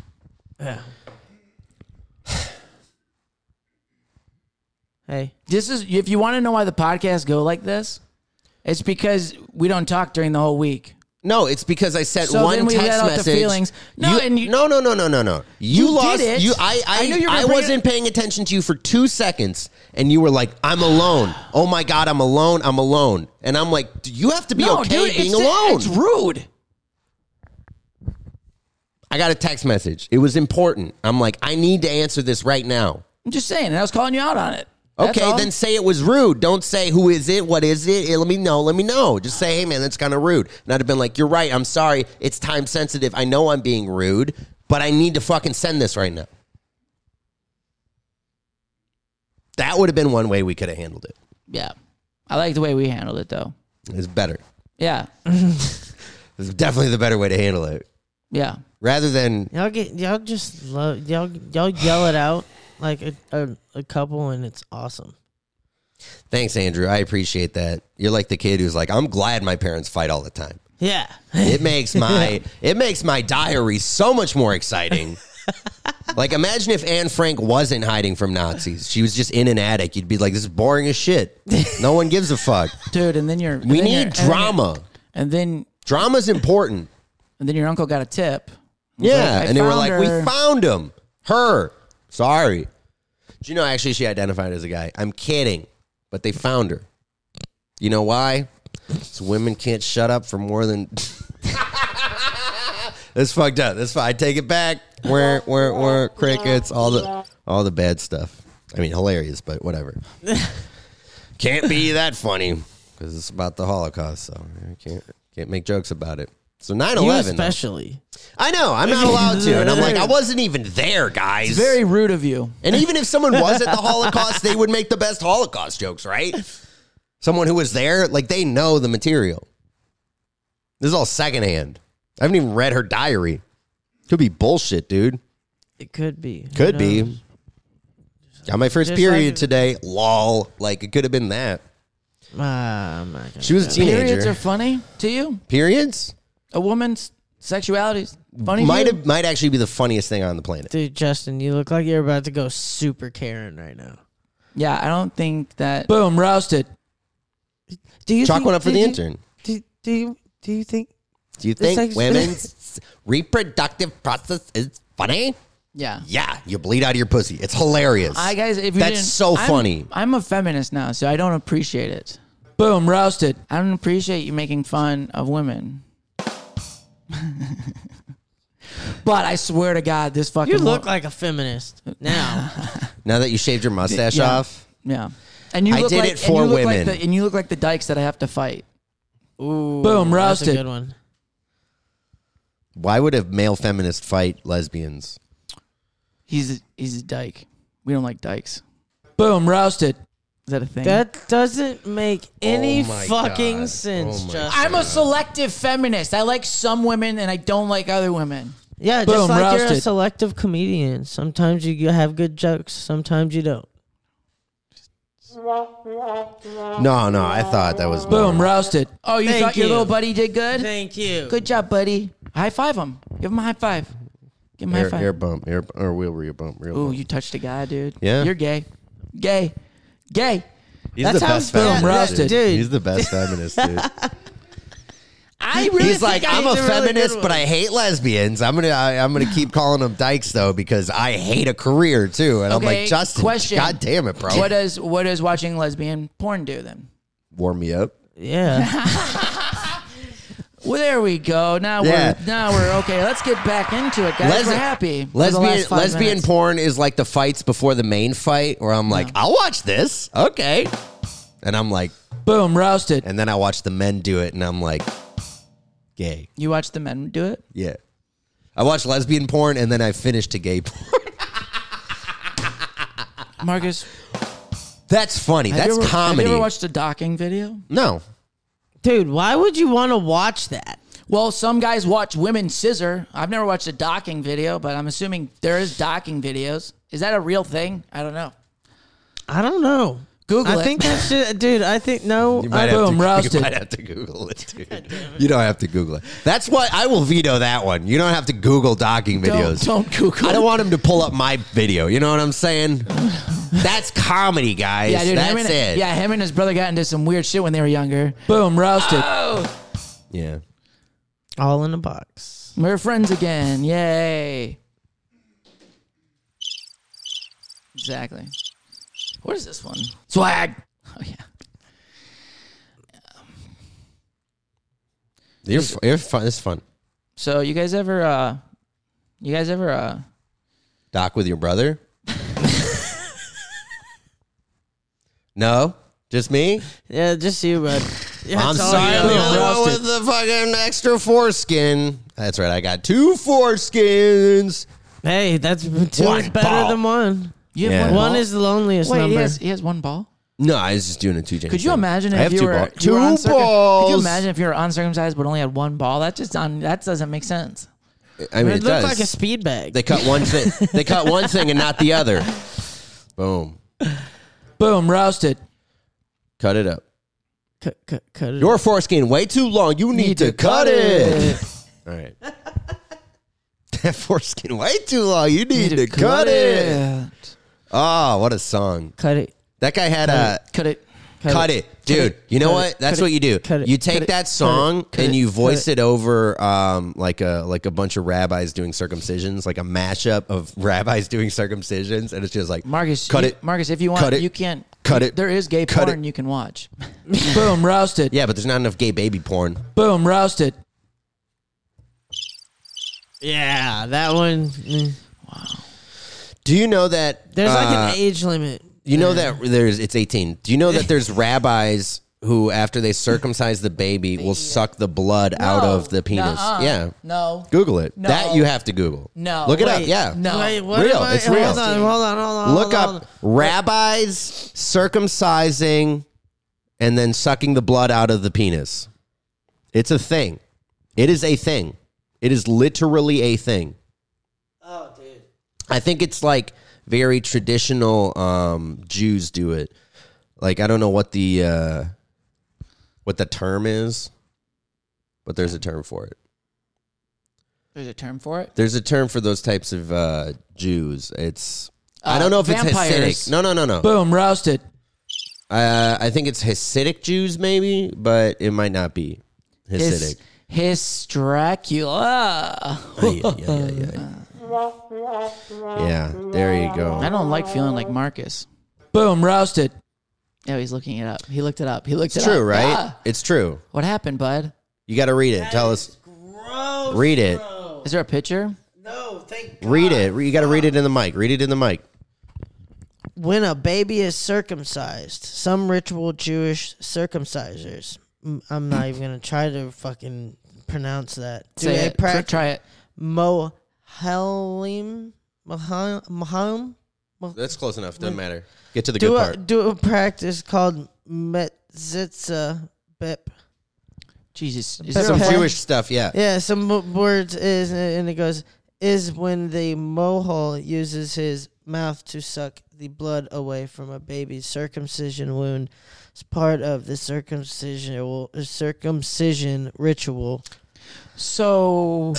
S4: Hey,
S3: This is if you want to know why the podcast go like this, it's because we don't talk during the whole week.
S2: No, it's because I sent
S3: So
S2: one
S3: then we
S2: text
S3: let out the
S2: message.
S3: feelings. No, and you-
S2: no, no, no, no, no, no. You,
S3: You did
S2: lost.
S3: it.
S2: You, I, I,
S3: I knew you were
S2: I
S3: gonna bring
S2: wasn't paying attention to you for two seconds, and you were like, "I'm alone. Oh my god, I'm alone. I'm alone." And I'm like, "Do you have to be
S3: no,
S2: okay
S3: dude,
S2: being
S3: it's,
S2: alone?"
S3: It's rude.
S2: I got a text message. It was important. I'm like, I need to answer this right now.
S3: I'm just saying, and I was calling you out on it. That's
S2: Okay,
S3: all.
S2: then say it was rude. Don't say who is it, what is it. Eh, let me know. Let me know. Just say, hey man, that's kind of rude. And I'd have been like, you're right. I'm sorry. It's time sensitive. I know I'm being rude, but I need to fucking send this right now. That would have been one way we could have handled it.
S3: yeah, I like the way we handled it though.
S2: It's better.
S3: Yeah,
S2: It's definitely the better way to handle it.
S3: yeah.
S2: Rather than
S4: y'all get y'all just love y'all y'all yell it out like a a, a couple, and it's awesome.
S2: thanks, Andrew. I appreciate that. You're like the kid who's like, I'm glad my parents fight all the time.
S4: Yeah,
S2: It makes my it makes my diary so much more exciting. like imagine if Anne Frank wasn't hiding from Nazis. She was just in an attic. You'd be like, this is boring as shit. No one gives a fuck.
S3: dude. And then you're
S2: We need drama.
S3: and then
S2: Drama's important.
S3: and then your uncle got a tip.
S2: Yeah.
S3: I
S2: and they were
S3: found
S2: like,
S3: her.
S2: we found him. Her. Sorry. Do you know actually she identified as a guy? I'm kidding. But they found her. You know why? So women can't shut up for more than That's fucked up. That's fine. I take it back. Where where where crickets, all the all the bad stuff. I mean hilarious, but whatever. can't be that funny. Because it's about the Holocaust, so I can't can't make jokes about it. So 9
S4: you
S2: 11.
S4: especially.
S2: I know. I'm not allowed to. And I'm like, I wasn't even there, guys.
S3: Very rude of you.
S2: and even if someone was at the Holocaust, they would make the best Holocaust jokes, right? Someone who was there, like, they know the material. This is all secondhand. I haven't even read her diary. Could be bullshit, dude.
S4: It could be. Who
S2: Could
S4: knows?
S2: be. Got my first
S4: Just
S2: period
S4: like-
S2: today. Lol. Like it could have been that.
S4: Ah, I'm not gonna
S2: She was a teenager.
S3: Periods are funny to you.
S2: Periods?
S3: A woman's sexuality's funny.
S2: might
S3: Might
S2: have, might actually be the funniest thing on the planet.
S4: Dude, Justin, you look like you're about to go super Karen right now.
S3: Yeah, I don't think that. Boom, roasted.
S4: Do you
S2: Chalk
S4: think-
S2: one up for
S4: do
S2: the
S4: you-
S2: intern.
S4: Do, do you do you think
S2: Do you
S4: This
S2: think
S4: sex-
S2: women's reproductive process is funny?
S3: Yeah.
S2: Yeah, you bleed out of your pussy. It's hilarious.
S3: I guys, if you
S2: That's
S3: didn't-
S2: so
S3: I'm-
S2: funny.
S3: I'm a feminist now, so I don't appreciate it. Boom, roasted. I don't appreciate you making fun of women. but I swear to God, this fucking
S4: you look
S3: wo-
S4: like a feminist now?
S2: Now that you shaved your mustache
S3: Yeah.
S2: off,
S3: yeah. And you
S2: I
S3: look
S2: did
S3: like,
S2: it
S3: and
S2: for
S3: you look
S2: women.
S3: Like the, and you look like the dykes that I have to fight.
S4: Ooh,
S3: Boom,
S4: That's
S3: roasted.
S4: a good one.
S2: why would a male feminist fight lesbians?
S3: He's a, he's a dyke. We don't like dykes. Boom, roasted. Is that a thing?
S4: That doesn't make any
S2: Oh my
S4: fucking
S2: God.
S4: sense,
S2: Oh my
S4: Justin.
S3: I'm a selective feminist. I like some women and I don't like other women.
S4: Yeah,
S3: Boom,
S4: just like you're a
S3: roasted.
S4: selective comedian. Sometimes you have good jokes, sometimes you don't.
S2: No, no, I thought that was
S3: Boom,
S2: more-
S3: roasted. Oh, you
S4: Thank
S3: thought your
S4: you.
S3: little buddy did good?
S4: Thank you.
S3: Good job, buddy. High five him. Give him a high five. Give him a high
S2: Air,
S3: five.
S2: air bump, air or wheel rear bump, real.
S3: Ooh,
S2: bump.
S3: you touched a guy, dude.
S2: Yeah.
S3: You're gay. Gay. Gay.
S2: He's
S4: That's
S2: the
S4: how
S2: best
S4: Boom
S2: feminist,
S3: roasted.
S4: Dude.
S2: He's the best feminist, dude.
S3: I really
S2: He's like, I'm a
S4: he's a really good
S2: feminist, but
S4: one."
S2: I hate lesbians. I'm gonna, I, I'm gonna keep calling them dykes though because I hate a career too. And I'm like, Justin,
S3: question.
S2: God damn it, bro,
S3: What does what does watching lesbian porn do then?
S2: warm me up.
S4: Yeah.
S3: Well, there we go. Now
S2: Yeah.
S3: we're now we're okay. Let's get back into it, guys.
S2: Les-
S3: we're happy. for the
S2: Lesbian
S3: last five
S2: lesbian
S3: minutes.
S2: porn is like the fights before the main fight, where I'm like, I'll watch this, okay, and I'm like,
S3: Boom, roasted.
S2: and then I watch the men do it, and I'm like, gay,
S3: You watch the men do it.
S2: yeah. I watch lesbian porn, and then I finish to gay porn.
S3: Marcus,
S2: That's funny.
S3: have
S2: That's
S3: you ever,
S2: comedy.
S3: Have you ever watched a docking video?
S2: no,
S4: Dude, why would you want to watch that?
S3: Well, some guys watch women scissor. I've never watched a docking video, but I'm assuming there is docking videos. Is that a real thing? I don't know.
S4: I don't know.
S3: Google
S4: I
S3: it.
S4: think that shit, dude. I think no.
S2: You
S4: I-
S2: might,
S3: Boom,
S2: have to,
S3: roasted.
S2: you might have to Google it, dude. You don't have to Google it. That's why I will veto that one. You don't have to Google docking videos.
S3: Don't, don't Google.
S2: I don't
S3: it.
S2: want him to pull up my video. You know what I'm saying? That's comedy, guys.
S3: Yeah, dude.
S2: That's
S3: him and,
S2: it.
S3: Yeah, him and his brother got into some weird shit when they were younger. Oh! Boom, roasted.
S2: Yeah.
S4: All in a box.
S3: We're friends again. Yay. Exactly. What is this one? Swag. Oh yeah.
S2: You're, fu- you're fun. It's fun.
S3: So you guys ever uh you guys ever uh
S2: Doc with your brother? no? Just me?
S4: Yeah, just you, bud. Yeah,
S2: I'm
S4: it's all
S2: sorry,
S4: you.
S2: I'm the
S3: Yeah,
S2: only one
S3: roasted.
S2: with the fucking extra foreskin. That's right. I got two foreskins.
S4: Hey, that's two
S2: One
S4: is better
S2: ball.
S4: than one.
S3: you have
S2: Yeah.
S3: one,
S4: One
S3: ball?
S4: is the loneliest
S3: Wait,
S4: number.
S3: he has, he has one ball?
S2: No, I was just doing a two chain.
S3: Could you imagine if
S2: I have
S3: you
S2: two
S3: were
S2: ball-
S3: you were
S2: two
S3: uncircum-
S2: balls?
S3: Could you imagine if you were uncircumcised but only had one ball? That just on that doesn't make sense.
S2: I mean,
S4: it
S2: it,
S4: looked
S2: does.
S4: like a speed bag.
S2: they cut one thing. they cut one thing and not the other. Boom.
S3: Boom, roasted.
S2: Cut it up.
S4: cut, cut, cut it.
S2: Your foreskin way too long. You need, to, cut, it. All right. That foreskin way too long. You need, to, cut, it. Oh, what a song.
S4: cut it.
S2: That guy had a
S3: Cut it.
S2: Uh, cut, it. dude. you know
S4: Cut
S2: what?
S4: it.
S2: That's
S4: Cut
S2: what
S4: it.
S2: you do.
S4: Cut it.
S2: You
S4: Cut
S2: take
S4: it.
S2: that
S4: Cut it.
S2: song
S4: Cut
S2: and
S4: it.
S2: you
S4: Cut
S2: voice
S4: it.
S2: it over um, like a like a bunch of rabbis doing circumcisions, like a mashup of rabbis doing circumcisions, and it's just like
S3: Marcus,
S2: cut
S3: you-
S2: it,
S3: Marcus, if you want,
S2: Cut it.
S3: you can't.
S2: Cut it.
S3: There is gay
S2: Cut
S3: porn
S2: it.
S3: you can watch. Boom, roasted.
S2: Yeah, but there's not enough gay baby porn.
S3: Boom, roasted.
S4: Yeah, that one. mm.
S2: Do you know that
S4: There's
S2: uh,
S4: like an age limit.
S2: You know that there's it's 18. Do you know that there's rabbis who after they circumcise the baby will suck the blood out of the penis.
S3: Nuh-uh.
S2: Yeah.
S3: No.
S2: Google it.
S3: No.
S2: That you have to Google.
S3: No.
S2: Look it up.
S3: Wait.
S2: Yeah.
S3: No.
S4: Wait, what
S2: Real,
S4: am I-
S2: it's real.
S4: Hold on, hold on, hold on.
S2: Look
S4: hold on.
S2: up rabbis circumcising and then sucking the blood out of the penis. It's a thing. It is a thing. It is literally a thing.
S4: Oh,
S2: I think it's like very traditional um, Jews do it. Like I don't know what the uh, what the term is, but there's a term for it.
S3: There's a term for it.
S2: There's a term for those types of uh, Jews. It's I don't know if it's
S3: Uh, vampires.
S2: Hasidic. No, no, no, no.
S3: Boom, roasted.
S2: Uh, I think it's Hasidic Jews, maybe, but it might not be Hasidic.
S3: His, his Dracula.
S2: yeah, yeah, yeah, yeah. Yeah, there you
S3: I
S2: go.
S3: don't like feeling like Marcus. Boom, roasted. Oh, he's looking it up. He looked it up. He looked
S2: It's
S3: it up.
S2: true, right?
S3: Ah.
S2: It's true.
S3: what happened, bud?
S2: You got to read it. Tell us.
S4: Gross.
S2: Read it.
S3: Is there a picture?
S4: No, Oh, thank God.
S2: Read it. You got to read it in the mic. Read it in the mic.
S4: When a baby is circumcised, some ritual Jewish circumcisers. m- I'm not even gonna try to fucking pronounce that. Do
S3: Say
S4: a
S3: it. Try-
S4: prac-
S3: Try it.
S4: Mohalim Mohal- Mohalim
S2: That's close enough.
S3: Mm.
S2: Doesn't matter. Get to the
S4: do
S2: good
S4: a
S2: part.
S4: do a practice called metzitza bip.
S3: Jesus. Is
S4: That's
S3: there a
S2: Some
S4: Okay.
S2: Jewish stuff, yeah.
S4: Yeah, some w- words is and it goes is when the mohol uses his mouth to suck the blood away from a baby's circumcision wound. It's part of the circumcision circumcision ritual.
S3: So,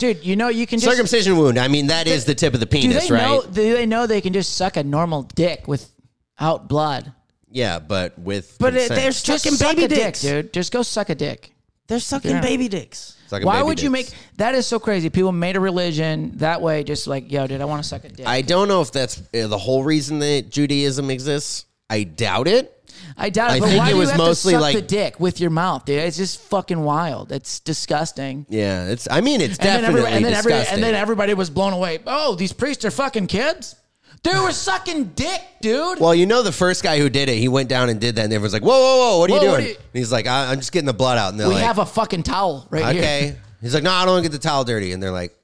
S3: dude, you know you can just.
S2: Circumcision wound. I mean, that is the tip of the
S3: do
S2: penis,
S3: they
S2: right?
S3: know? Do they know they can just suck a normal dick without blood?
S2: Yeah, but with.
S4: But it,
S2: consent.
S4: they're
S3: Just
S4: sucking
S3: suck
S4: baby
S3: a
S4: dicks,
S3: dick, dude. Just go suck a dick.
S4: They're sucking
S3: Yeah.
S4: baby dicks.
S2: Sucking
S3: Why
S2: baby
S3: would you make
S2: dicks.
S3: that? Is so crazy. People made a religion that way. Just like, yo, dude, I want to suck a dick. I,
S2: I don't know if that's uh, the whole reason that Judaism exists. I doubt it.
S3: doubt it.
S2: I
S3: but
S2: think
S3: why
S2: it
S3: do
S2: was
S3: you have
S2: mostly
S3: to suck
S2: like-
S3: the dick with your mouth, dude? It's just fucking wild. It's disgusting.
S2: Yeah, it's. I mean, it's
S3: And then,
S2: definitely
S3: every- and, then every-
S2: disgusting.
S3: and then everybody was blown away. Oh, these priests are fucking kids. They were sucking dick, dude.
S2: well, you know, the first guy who did it, he went down and did that, and everyone's like, "Whoa, whoa, whoa! What are you
S3: Whoa, what
S2: doing?"
S3: are you-
S2: And he's like, I, "I'm just getting the blood out." And they're
S3: we
S2: like,
S3: have a fucking towel right here.
S2: "Okay." He's like, "No, I don't want to get the towel dirty," and they're like.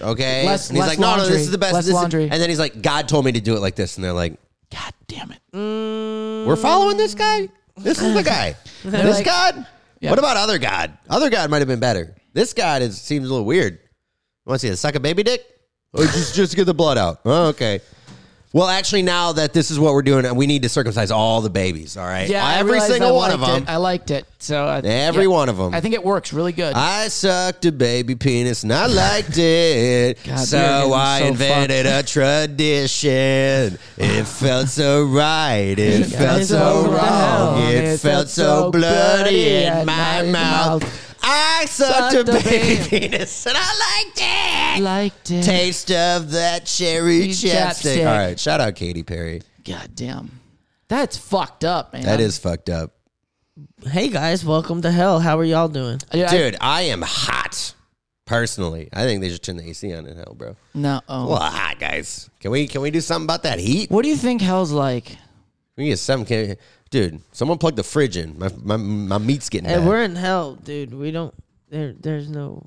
S2: Okay.
S3: Less-
S2: and he's
S3: less
S2: like, no, no,
S3: laundry.
S2: this is the best.
S3: Less
S2: this is-"
S3: laundry.
S2: And then he's like, God told me to do it like this. And they're like,
S3: God damn it.
S2: we're following this guy. This is the guy. this
S3: like-
S2: God.
S3: Yeah.
S2: What about other God? Other God might have been better. This God is seems a little weird. Want to see a suck a baby dick? Or just just get the blood out? Oh, okay. Well, actually, now that this is what we're doing, we need to circumcise all the babies. All right.
S3: Yeah, I
S2: every
S3: realized
S2: single
S3: I
S2: one of
S3: liked
S2: them.
S3: it. I liked it. So I,
S2: Every
S3: yeah.
S2: one of 'em.
S3: I think it works really good.
S2: I sucked a baby penis and I liked it.
S3: God, we are
S2: so
S3: getting
S2: I
S3: so
S2: invented a tradition. It felt so right. It felt so wrong. It, felt so bloody in my mouth. I sucked a
S3: Sucked a
S2: baby
S3: baby.
S2: penis and I liked it.
S3: liked it.
S2: Taste of that cherry
S3: These
S2: chapstick.
S3: chapstick.
S2: All right, shout out Katy Perry.
S3: God damn. That's fucked up, man.
S2: That is fucked up.
S4: Hey guys, welcome to hell. How are y'all doing?
S3: Dude, I-
S2: Dude, I am hot. Personally, I think they should turn the AC on in hell, bro.
S3: no. oh.
S2: Well, hot guys. Can we can we do something about that heat?
S3: What do you think hell's like?
S2: We get some. Can, dude, someone plug the fridge in. My my, my meat's getting
S4: Hey,
S2: bad.
S4: we're in hell, dude. We don't there there's no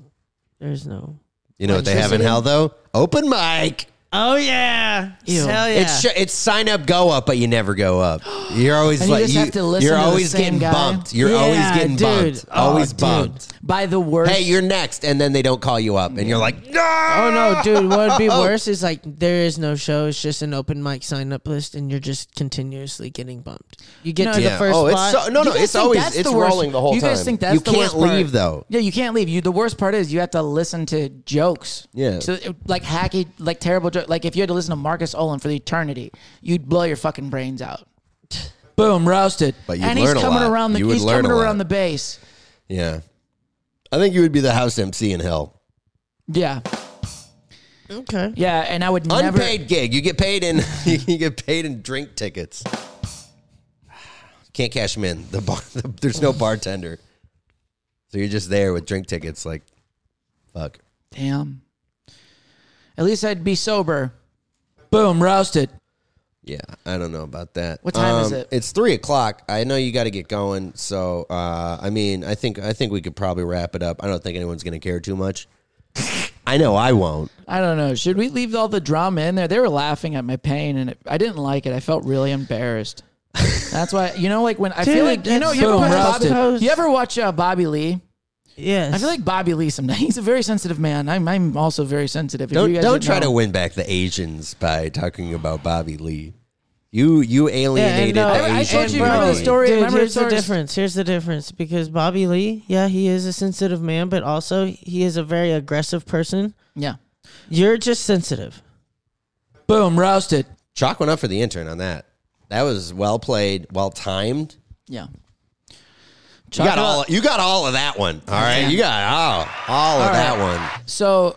S4: there's no
S2: You know what they have in hell though? Open mic.
S4: Oh yeah.
S3: Ew.
S4: Hell yeah.
S2: It's sh- it's sign up, go up, but you never go up. You're always
S3: And you
S2: like
S3: just have to listen
S2: are
S3: to the
S2: always
S3: same
S2: getting
S3: guy?
S2: bumped. You're always
S4: Yeah,
S2: getting
S4: dude.
S2: bumped.
S4: Oh,
S2: always
S4: dude.
S2: bumped.
S3: By the worst.
S2: Hey, you're next, and then they don't call you up, and you're like, no.
S4: Oh no, dude! What would be worse is like there is no show. It's just an open mic sign up list, and you're just continuously getting bumped. You get to the
S2: Yeah.
S4: first
S2: oh, it's
S4: spot.
S2: so, no,
S3: You
S2: no.
S3: guys
S2: It's
S3: think
S2: always
S3: that's
S2: it's
S3: the worst-
S2: rolling the whole
S3: you
S2: time.
S3: guys think that's
S2: you
S3: the worst
S2: can't leave
S3: part.
S2: though.
S3: Yeah, you can't leave. You the worst part is you have to listen to jokes.
S2: Yeah.
S3: So it- like hacky, like terrible joke. Like if you had to listen to Marcus Olin for the eternity, you'd blow your fucking brains out. Boom, roasted.
S2: But you'd
S3: and he's
S2: learn a
S3: coming
S2: lot.
S3: around the
S2: You would
S3: he's
S2: learn
S3: coming
S2: a lot.
S3: around the base.
S2: Yeah, I think you would be the house MC in hell.
S3: Yeah.
S4: okay.
S3: Yeah, and I would never
S2: Unpaid gig. You get paid in you get paid in drink tickets. Can't cash them in. The bar, there's no bartender, so you're just there with drink tickets. Like, fuck.
S3: Damn. At least I'd be sober. Boom, roasted.
S2: Yeah, I don't know about that. Um,
S3: What time is it?
S2: It's three o'clock. I know you got to get going. So, uh, I mean, I think I think we could probably wrap it up. I don't think anyone's gonna care too much. I know I won't.
S3: I don't know. Should we leave all the drama in there? They were laughing at my pain, and it, I didn't like it. I felt really embarrassed. That's why you know, like when I feel
S4: Dude,
S3: like you know,
S4: that's
S3: you ever
S4: so
S3: watch Bobby,
S4: roasted.
S3: you ever watch uh, Bobby Lee?
S4: Yes.
S3: I feel like Bobby Lee sometimes. He's a very sensitive man. I'm, I'm also very sensitive. If
S2: Don't
S3: you guys
S2: don't
S3: didn't
S2: try
S3: know-
S2: to win back the Asians by talking about Bobby Lee. You you alienated
S3: uh,
S4: no,
S2: the
S4: uh, I- I
S2: Asian
S4: told you, remember the
S2: community.
S3: story?
S4: Dude,
S3: remember
S4: here's
S3: the
S4: the
S3: source?
S4: difference. Here's the difference because Bobby Lee, yeah, he is a sensitive man, but also he is a very aggressive person.
S3: Yeah.
S4: You're just sensitive.
S3: Boom, roasted.
S2: Chalk went up for the intern on that. That was well played, well timed.
S3: Yeah.
S2: You
S3: Chalk
S2: got
S3: it up.
S2: all you got all of that one. All right, you got all all of that one.
S3: So,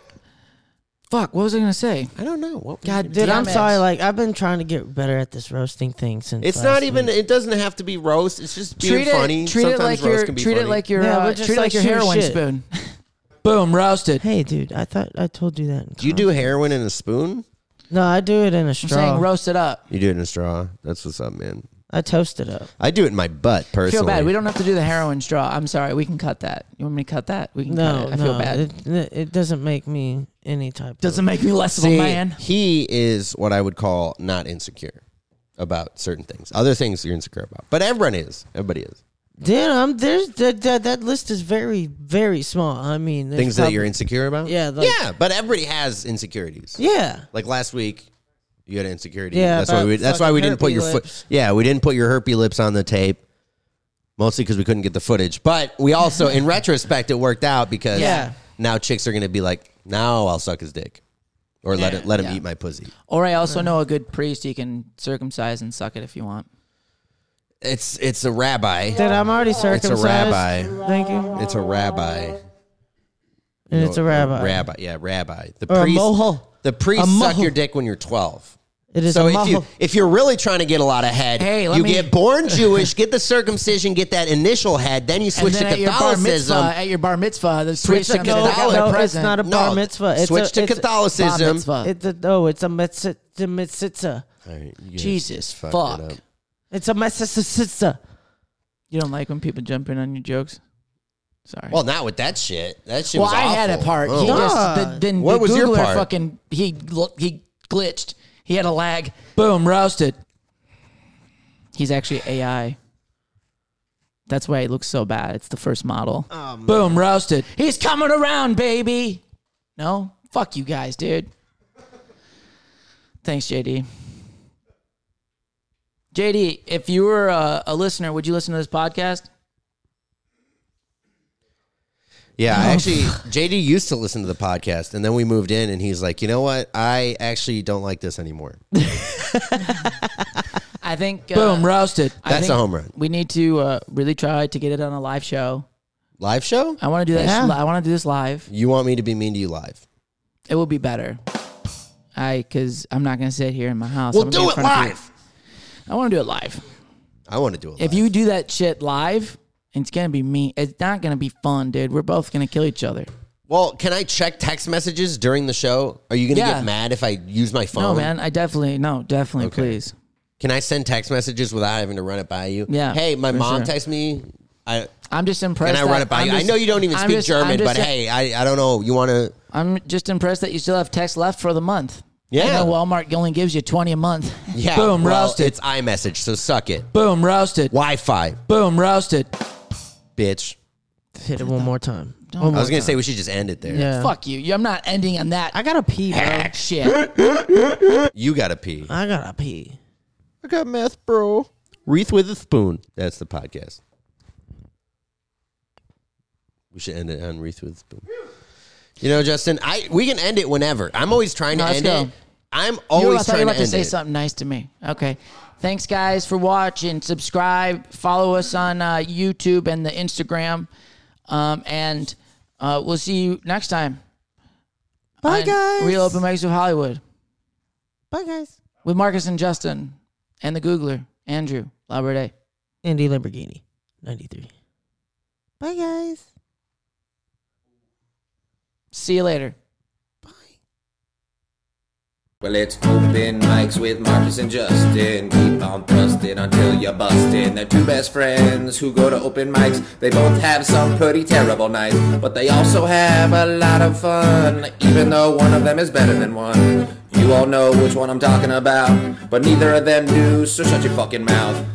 S3: fuck, what was I going to say?
S2: I don't know what we-
S3: God
S4: Dude,
S3: damn
S4: I'm
S3: it.
S4: sorry. Like I've been trying to get better at this roasting thing since.
S2: It's
S4: last
S2: not even.
S4: week.
S2: It doesn't have to be roast. It's just being
S3: Treat it,
S2: funny.
S3: treat it
S2: Sometimes
S3: like
S2: roast
S3: your,
S2: can
S3: treat
S2: be
S3: it
S2: funny.
S3: like your,
S4: Yeah,
S3: uh,
S4: we're just
S3: treat it like
S4: like
S3: your
S4: shooting
S3: heroin
S4: shit.
S3: spoon. Boom, roasted.
S4: Hey, dude, I thought I told you that. in
S2: Do you
S4: con-
S2: do heroin in a spoon?
S4: No, I do it in a
S3: I'm saying
S4: straw.
S3: roast it up.
S2: You do it in a straw. That's what's up, man.
S4: I toast it up.
S2: I do it in my butt
S3: I
S2: personally.
S3: feel bad. We don't have to do the heroin straw. I'm sorry. We can cut that. You want me to cut that? We can
S4: No,
S3: cut it. I
S4: no,
S3: feel bad.
S4: It, it doesn't make me any type.
S3: Doesn't make me less of a
S2: See,
S3: man.
S2: He is what I would call not insecure about certain things. Other things you're insecure about, but everyone is. Everybody is.
S4: of. Dude, I'm there's that, that that list is very very small. I mean, there's
S2: things that
S4: prob-
S2: you're insecure about.
S4: Yeah, like-
S2: yeah. But everybody has insecurities.
S4: Yeah.
S2: Like last week, you had insecurity.
S4: Yeah,
S2: that's why
S4: about
S2: we. That's why we didn't put
S4: fucking
S2: your
S4: herpy
S2: foot.
S4: lips.
S2: Yeah, we didn't put your herpy lips on the tape. Mostly because we couldn't get the footage, but we also, in retrospect, it worked out because
S4: Yeah.
S2: now chicks are going to be like, "Now I'll suck his dick," or let it let him
S3: Yeah.
S2: eat my pussy.
S3: Or I also know a good priest. You can circumcise and suck it if you want.
S2: It's it's a rabbi.
S4: Dude, I'm already
S2: It's a
S4: circumcised.
S2: rabbi.
S4: Thank you.
S2: It's a rabbi.
S4: And it's a rabbi.
S2: Rabbi. Yeah, rabbi. The
S4: Or a
S2: priest.
S4: mohel.
S2: The priest
S4: A
S2: suck
S4: mohel.
S2: your dick when you're 12.
S4: It is
S2: so
S4: a
S2: if you
S4: mohel.
S2: if you're really trying to get a lot of head,
S3: Hey, let
S2: you
S3: me-
S2: get born Jewish, get the circumcision, get that initial head, then you switch
S3: and then
S2: to
S3: at your bar mitzvah,
S2: Catholicism.
S3: at your bar mitzvah, the
S2: Switch
S3: priest
S2: to
S3: comes in, they got
S2: Catholic.
S3: the
S2: No,
S4: it's
S3: present.
S4: not a
S2: No,
S4: bar mitzvah. It's
S2: switch
S4: a-
S2: to
S4: it's a-
S3: Bar
S2: Catholicism.
S3: mitzvah.
S4: It's a no, it's a mitzvah. It's a mitzvah.
S3: Jesus
S2: fucked
S3: fuck!
S2: it up.
S4: It's a mitzvah.
S3: You don't like when people jump in on your jokes. Sorry.
S2: Well, not with that shit. That shit
S3: Well,
S2: was
S3: I
S2: awful.
S3: had a part.
S2: Oh.
S3: He just
S4: Nah.
S3: the, then
S2: What
S3: the
S2: was
S3: Googler
S2: your part?
S3: fucking he gl- he glitched. He had a lag. Boom, roasted. He's actually AI. That's why it looks so bad. It's the first model. Boom, roasted. He's coming around, baby. No, fuck you guys, dude. Thanks, JD. JD, if you were a, a listener, would you listen to this podcast?
S2: Yeah,
S3: Oh.
S2: I actually, JD used to listen to the podcast, and then we moved in, and he's like, you know what? I actually don't like this anymore.
S3: I think. uh, Boom, roasted.
S2: That's a home run.
S3: We need to uh, really try to get it on a live show.
S2: Live show?
S3: I want to do that.
S4: Yeah.
S3: I want to do this live.
S2: You want me to be mean to you live?
S3: It will be better. I because I'm not gonna sit here in my house.
S2: We'll
S3: I'm gonna
S2: do
S3: be
S2: it
S3: in front of
S2: live.
S3: you. I want to do it live.
S2: I want to do it.
S3: If
S2: live.
S3: you do that shit live, it's gonna be me. It's not gonna be fun, dude. We're both gonna kill each other.
S2: well, can I check text messages during the show? Are you gonna
S3: Yeah.
S2: get mad if I use my phone?
S3: No, man. I definitely no, definitely, please.
S2: Can I send text messages without having to run it by you?
S3: Yeah,
S2: Hey, my
S3: for
S2: mom
S3: sure.
S2: texted me. I
S3: I'm just impressed.
S2: can I run
S3: that-
S2: it by
S3: I'm
S2: you? I
S3: just-
S2: know you don't even
S3: I'm
S2: speak
S3: just- I'm
S2: German,
S3: just-
S2: but hey, I, I don't know. You want to?
S3: I'm just impressed that you still have text left for the month. I
S2: Yeah.
S3: know Walmart only gives you 20 a month.
S2: Yeah.
S3: Boom,
S2: well,
S3: roasted.
S2: It's iMessage, so suck it.
S3: Boom, roasted.
S2: Wi-Fi,
S3: Boom, roasted.
S2: bitch.
S4: Hit it one more time. One
S2: I
S4: more
S2: was gonna
S4: time.
S2: say we should just end it there.
S4: Yeah.
S3: Fuck you. you. I'm not ending on that.
S4: I gotta pee, bro.
S3: shit.
S2: You gotta pee.
S4: I gotta pee.
S2: I got meth, bro. Wreath with a spoon. That's the podcast. We should end it on wreath with a spoon. You know, Justin, I we can end it whenever. I'm always trying
S3: No,
S2: to
S3: let's
S2: end
S3: go.
S2: it. I'm
S3: You were, I
S2: always
S3: thought you were
S2: trying to
S3: about to
S2: end
S3: say
S2: it.
S3: something nice to me. Okay. Thanks, guys, for watching. Subscribe. Follow us on uh, YouTube and the Instagram. Um, and uh, we'll see you next time.
S4: Bye,
S3: on
S4: guys.
S3: Real Open Mics of Hollywood
S4: Bye, guys.
S3: with Marcus and Justin and the Googler, Andrew Labrador.
S4: Andy Lamborghini, ninety three. Bye, guys.
S3: See you later.
S1: Well, it's open mics with Marcus and Justin. Keep on thrusting until you're busting. They're two best friends who go to open mics. They both have some pretty terrible nights, but they also have a lot of fun, even though one of them is better than one. You all know which one I'm talking about, but neither of them do, so shut your fucking mouth.